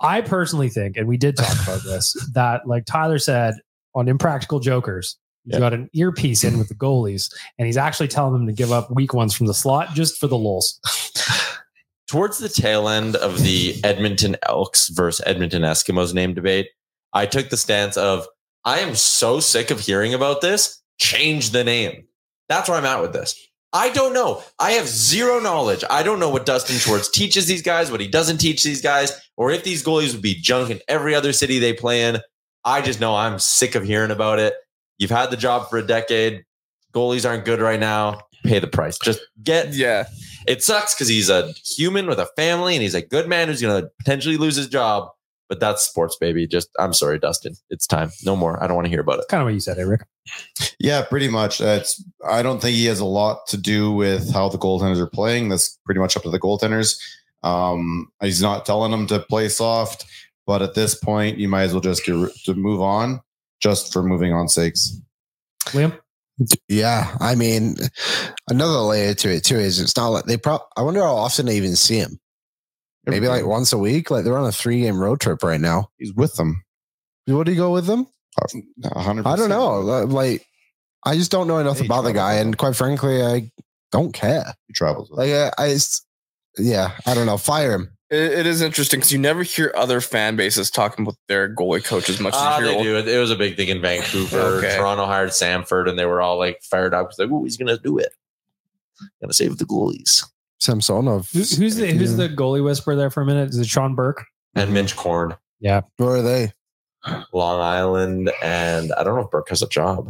I personally think, and we did talk about this, that like Tyler said on Impractical Jokers, he's Yeah. got an earpiece in with the goalies, and he's actually telling them to give up weak ones from the slot just for the (laughs) lulz. Towards the tail end of the Edmonton Elks versus Edmonton Eskimos name debate, I took the stance of I am so sick of hearing about this. Change the name. That's where I'm at with this. I don't know. I have zero knowledge. I don't know what Dustin Schwartz teaches these guys, what he doesn't teach these guys, or if these goalies would be junk in every other city they play in. I just know I'm sick of hearing about it. You've had the job for a decade. Goalies aren't good right now. Pay the price. Just get yeah. It sucks because he's a human with a family and he's a good man who's going to potentially lose his job. But that's sports, baby. Just I'm sorry, Dustin. It's time. No more. I don't want to hear about it. Kind of what you said, Eric. Yeah, pretty much. That's. I don't think he has a lot to do with how the goaltenders are playing. That's pretty much up to the goaltenders. Um, he's not telling them to play soft, but at this point, you might as well just get, to move on, just for moving on sakes. Liam? Yeah, I mean, another layer to it too is it's not like they probably. I wonder how often they even see him. Maybe like once a week. Like they're on a three game road trip right now. He's with them. Would he go with them? A hundred. I don't percent. know. Like, I just don't know enough Hey, about the Trevor. guy, and quite frankly, I don't care. He travels. With Like, I, I it's- yeah, I don't know. Fire him. It, it is interesting because you never hear other fan bases talking with their goalie coach as much Ah, as you they hear. do. It, it was a big thing in Vancouver. Okay. Toronto hired Samford, and they were all like fired up. It's Like, oh, he's gonna do it. Gonna save the goalies Samsonov. Who, who's the who's the goalie whisperer there for a minute? Is it Sean Burke? Mhm. and Mitch Korn, Who are they? Long Island, and I don't know if Burke has a job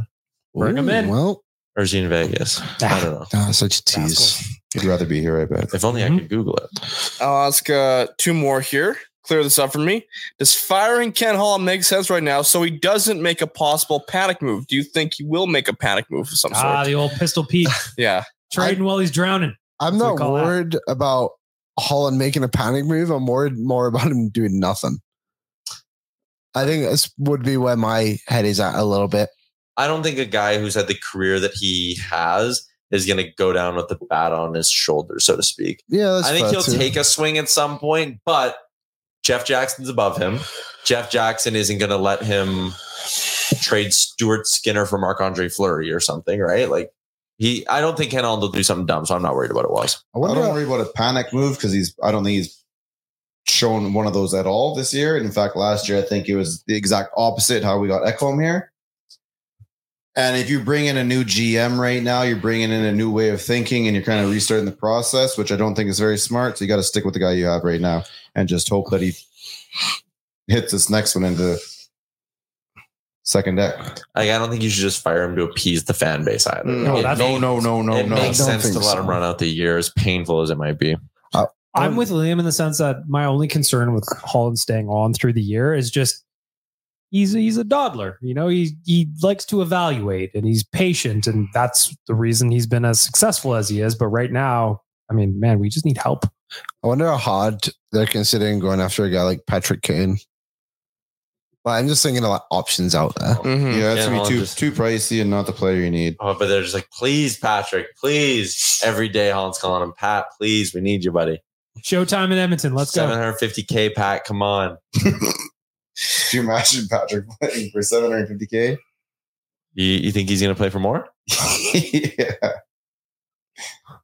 Bring 'em Ooh, in. Well, or is he in Vegas. I don't know. ah, such a tease. He'd rather be here, I bet. If only I Mm-hmm. Mhm. could Google it. I'll ask uh, two more here. Clear this up for me. Does firing Ken Hall make sense right now so he doesn't make a possible panic move? Do you think he will make a panic move of some sort? Ah, the old Pistol Pete yeah. trading while he's drowning. I'm That's what not we call that. worried about Holland making a panic move. I'm worried more about him doing nothing. I think this would be where my head is at a little bit. I don't think a guy who's had the career that he has is gonna go down with the bat on his shoulder, so to speak. Yeah, that's I think fair he'll too. take a swing at some point, but Jeff Jackson's above him. Jeff Jackson isn't going to let him trade Stuart Skinner for Marc Andre Fleury or something, right? Like he, I don't think Ken Holland will do something dumb, so I'm not worried about it. Was I I wonder. don't worry about a panic move because he's. I don't think he's shown one of those at all this year. And in fact, last year I think it was the exact opposite how we got Ekholm here. And if you bring in a new GM right now, you're bringing in a new way of thinking, and you're kind of restarting the process, which I don't think is very smart. So you got to stick with the guy you have right now, and just hope that he hits this next one into second deck. like I don't think you should just fire him to appease the fan base either. No, It that's- makes- Oh, no, no, no, it no. makes I don't sense to think let so. him run out the year, as painful as it might be. I'm with Liam in the sense that my only concern with Holland staying on through the year is just he's he's a dawdler. You know, he he likes to evaluate and he's patient, and that's the reason he's been as successful as he is. But right now, I mean, man, we just need help. I wonder how hard they're considering going after a guy like Patrick Kane. Like, I'm just thinking of like options out there. Mhm. Yeah, it's Ken gonna be Holland too just- too pricey and not the player you need. Oh, but they're just like, please, Patrick, please. Every day, Holland's calling him, Pat, please, we need you, buddy. Showtime in Edmonton. Let's go. 750K, Pat, come on. Could you imagine Patrick playing for 750k? You, you think he's going to play for more? yeah.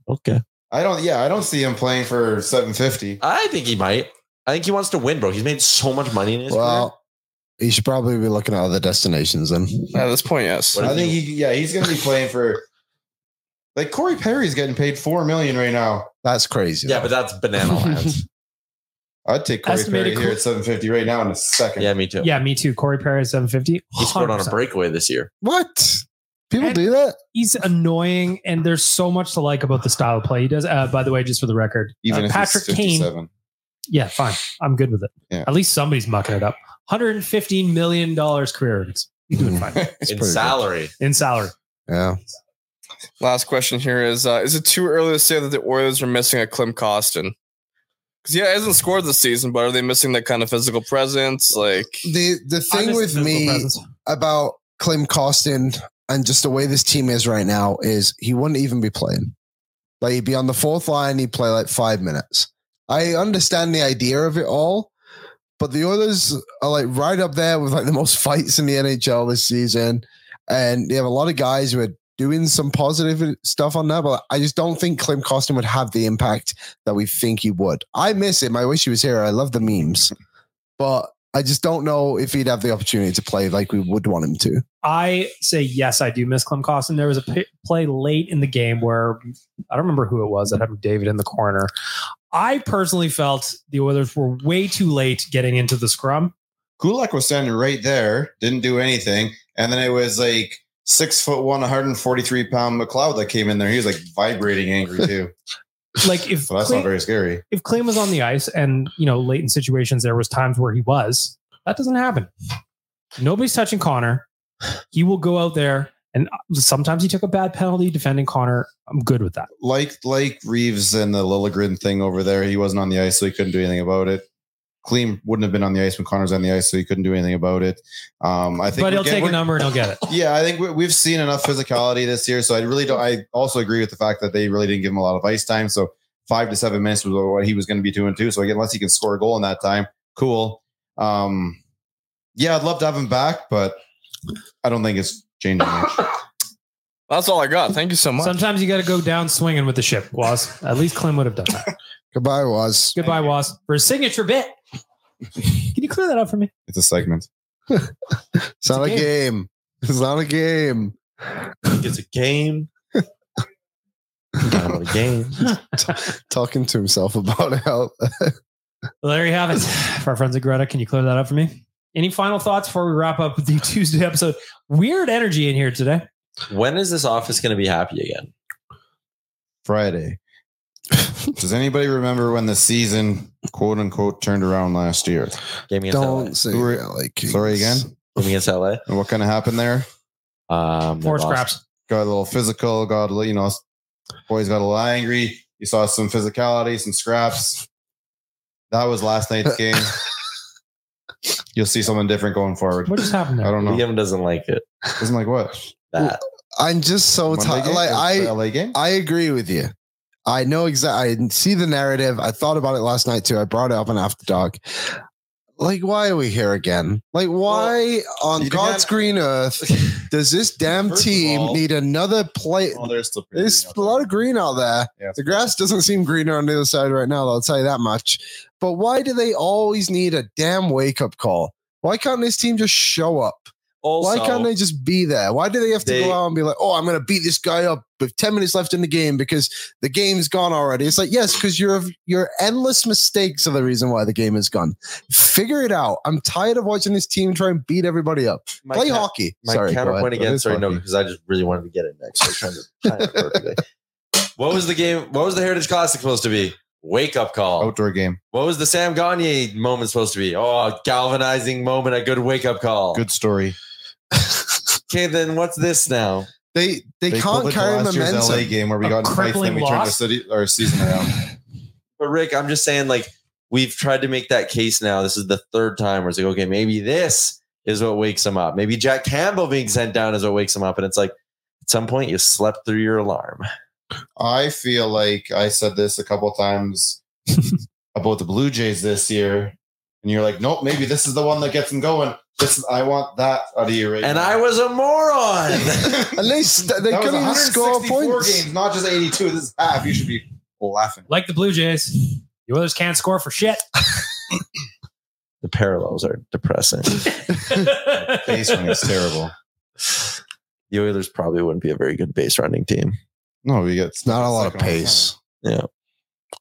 Okay. I don't yeah, I don't see him playing for 750. I think he might. I think he wants to win, bro. He's made so much money in his Well, you should probably be looking at other destinations then. At this point, yes. What I if think he yeah, he's going to be playing for like Corey Perry's getting paid 4 million right now. (laughs) That's crazy. career. (laughs) Yeah, but that's (laughs) banana lands. I'd take Corey Estimated Perry here Cor- at 750 right now in a second. yeah, me too. Yeah, uh, me too. Corey Perry at 750. He scored on a 100%. breakaway this year. what? People And- do that? He's annoying, and there's so much to like about the style of play he does. Uh, by the way, just for the record, Even uh, if Patrick he's Kane 57. Yeah, fine. I'm good with it. Yeah. At least somebody's mucking it up. 115 million dollars career earnings doing fine. (laughs) It's in pretty good. salary. in salary. Yeah. Last question here is: uh, Is it too early to say that the Oilers are missing a Clem Costin? Because yeah, he hasn't scored this season, but are they missing that kind of physical presence? Like, The the thing Honest with physical me presence. about Clem Costin and just the way this team is right now is he wouldn't even be playing. Like he'd be on the fourth line, he'd play like five minutes. I understand the idea of it all, but the Oilers are like right up there with like the most (laughs) fights in the NHL this season. And they have a lot of guys who are doing some positive stuff on that, but I just don't think Clem Costin would have the impact that we think he would. I miss him. I wish he was here. I love the memes. But I just don't know if he'd have the opportunity to play like we would want him to. I say yes, I do miss Clem Costin. There was a p- play late in the game where I don't remember who it was that had David in the corner. I personally felt the Oilers were way too late getting into the scrum. Kulak was standing right there, didn't do anything, and then it was like six foot one, 143 pound McLeod that came in there. He was like vibrating angry too. Like if so that's Clay, not very scary. if Clay was on the ice, and you know, late in situations, there was times where he was. That doesn't happen. Nobody's touching Connor. He will go out there, and uh, sometimes he took a bad penalty defending Connor. I'm good with that. Like like Reeves and the Lilligren thing over there, he wasn't on the ice, so he couldn't do anything about it. Clean wouldn't have been on the ice when Connor's on the ice, so he couldn't do anything about it. Um, I think But we he'll get- take a we're- number and he'll get it. Yeah, I think we, we've seen enough physicality this year. So I really don't. I also agree with the fact that they really didn't give him a lot of ice time. So five to seven minutes was what he was going to be doing too. So again, unless he can score a goal in that time, cool. Um, yeah, I'd love to have him back, but I don't think it's changing much. That's all I got. Thank you so much. Sometimes you got to go down swinging with the ship, Was. At least Clem would have done that. Goodbye, was. Goodbye, Was, for his signature bit. Can you clear that up for me? It's a segment. It's not a a game. (laughs) It's not a game. It's a game. Time of (laughs) the (laughs) game. Talking to himself about it. How, Well, there you have it. For our friends at Greta, can you clear that up for me? Any final thoughts before we wrap up the (laughs) Tuesday episode? Weird energy in here today. When is this office going to be happy again? Friday. Does anybody remember when the season quote unquote turned around last year? Game against don't say Who are- LA Kings. Sorry again. LA. Game against LA. And what kind of happened there? Um, Four they lost. scraps. got a little physical, got a little, you know, boys got a little angry. You saw some physicality, some scraps. That was last (laughs) night's game. You'll see something different going forward. What just happened I there? don't know. Liam doesn't like it. Isn't like what? That I'm just so Monday tired. game? Oh, Like The I, LA game. I agree with you. I know exactly. I see the narrative. I thought about it last night too. I brought it up on After Dark. Like, why are we here again? Like, why on you didn't God's have- green earth does this damn First of team all- need another play? Oh, there's still pretty There's green out a there. lot of green out there. Yeah. The grass doesn't seem greener on the other side right now, I'll tell you that much. But why do they always need a damn wake up call? Why can't this team just show up? also, Why can't they just be there? Why do they have to They- go out and be like, oh, I'm going to beat this guy up with 10 minutes left in the game because the game's gone already? It's like, yes, because your, your endless mistakes are the reason why the game is gone. Figure it out. I'm tired of watching this team try and beat everybody up. my Play ca- hockey. My sorry, go ahead. counterpoint It again. is Sorry, no, hockey. because I just really wanted to get it next. So I'm trying to time it perfectly. (laughs) What was the game? What was the Heritage Classic supposed to be? Wake up call. outdoor game. What was the Sam Gagne moment supposed to be? Oh, a galvanizing moment, a good wake up call. Good story. Okay, then what's this now? They, they, pulled can't it to carry last year's LA momentum. game where we A got in fights, then crippling we turned the loss. city our season around. But Rick, I'm just saying, like, we've tried to make that case now. This is the third time where it's like, okay, maybe this is what wakes him up. Maybe Jack Campbell being sent down is what wakes him up. And it's like, at some point, you slept through your alarm. I feel like I said this a (laughs) couple times about the Blue Jays this year, and you're like, nope, maybe this is the one that gets them going. This is, I want that out of you right And now. (laughs) I was a moron. (laughs) At least they That was couldn't even score 164 points. games, not just 82. This is half. You should be (laughs) laughing. Like the Blue Jays, the Oilers can't score for shit. the parallels are depressing. (laughs) Base running is terrible. The Oilers probably wouldn't be a very good base running team. No, we get It's not a lot of pace. Yeah.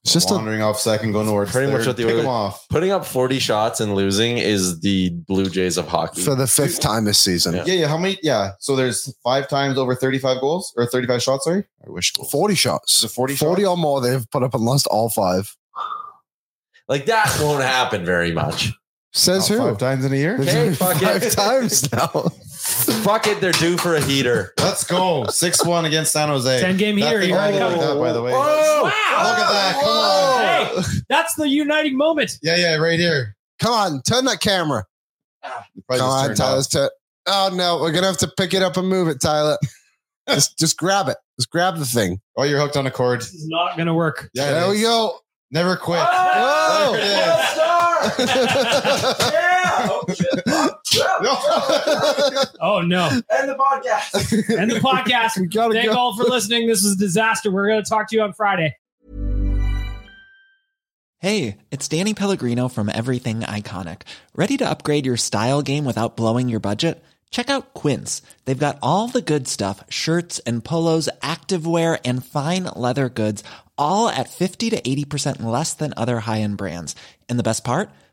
It's just a wandering off second, going towards Pretty third, much what the pick other- them off. Putting up 40 shots and losing is the Blue Jays of hockey. for the fifth time this season. Yeah. Yeah, yeah. How many? Yeah. So there's five times over 35 goals or 35 shots. Sorry, I wish. 40 shots. Is it 40 or more they've put up and lost all five. like that won't happen very (laughs) much. Says Oh, who? Five times in a year. They've Hey, (laughs) done fuck five it. times now. Fuck it, they're due for a heater. (laughs) Let's go. 6 1 against San Jose. 10 game That heater. thing Here I come. all like that, Oh, by the way. Whoa! Wow! Look at that. Come on. Hey, that's the uniting moment. Yeah, yeah, right here. Come on, turn that camera. Probably Come just on, turned off. Tyler's turn. Oh no, we're gonna have to pick it up and move (laughs) it, Tyler. just just grab it. Just grab the thing. Oh, you're hooked on a cord. This is not going to work. Yeah, it there is. we go. Never (laughs) quit. Oh! There it is. No. Oh, no. And the podcast. End the podcast. (laughs) we gotta Thank go. all for listening. This was a disaster. We're going to talk to you on Friday. Hey, it's Danny Pellegrino from Everything Iconic. Ready to upgrade your style game without blowing your budget? Check out Quince. They've got all the good stuff shirts and polos, activewear, and fine leather goods, all at 50 to 80% less than other high end brands. And the best part?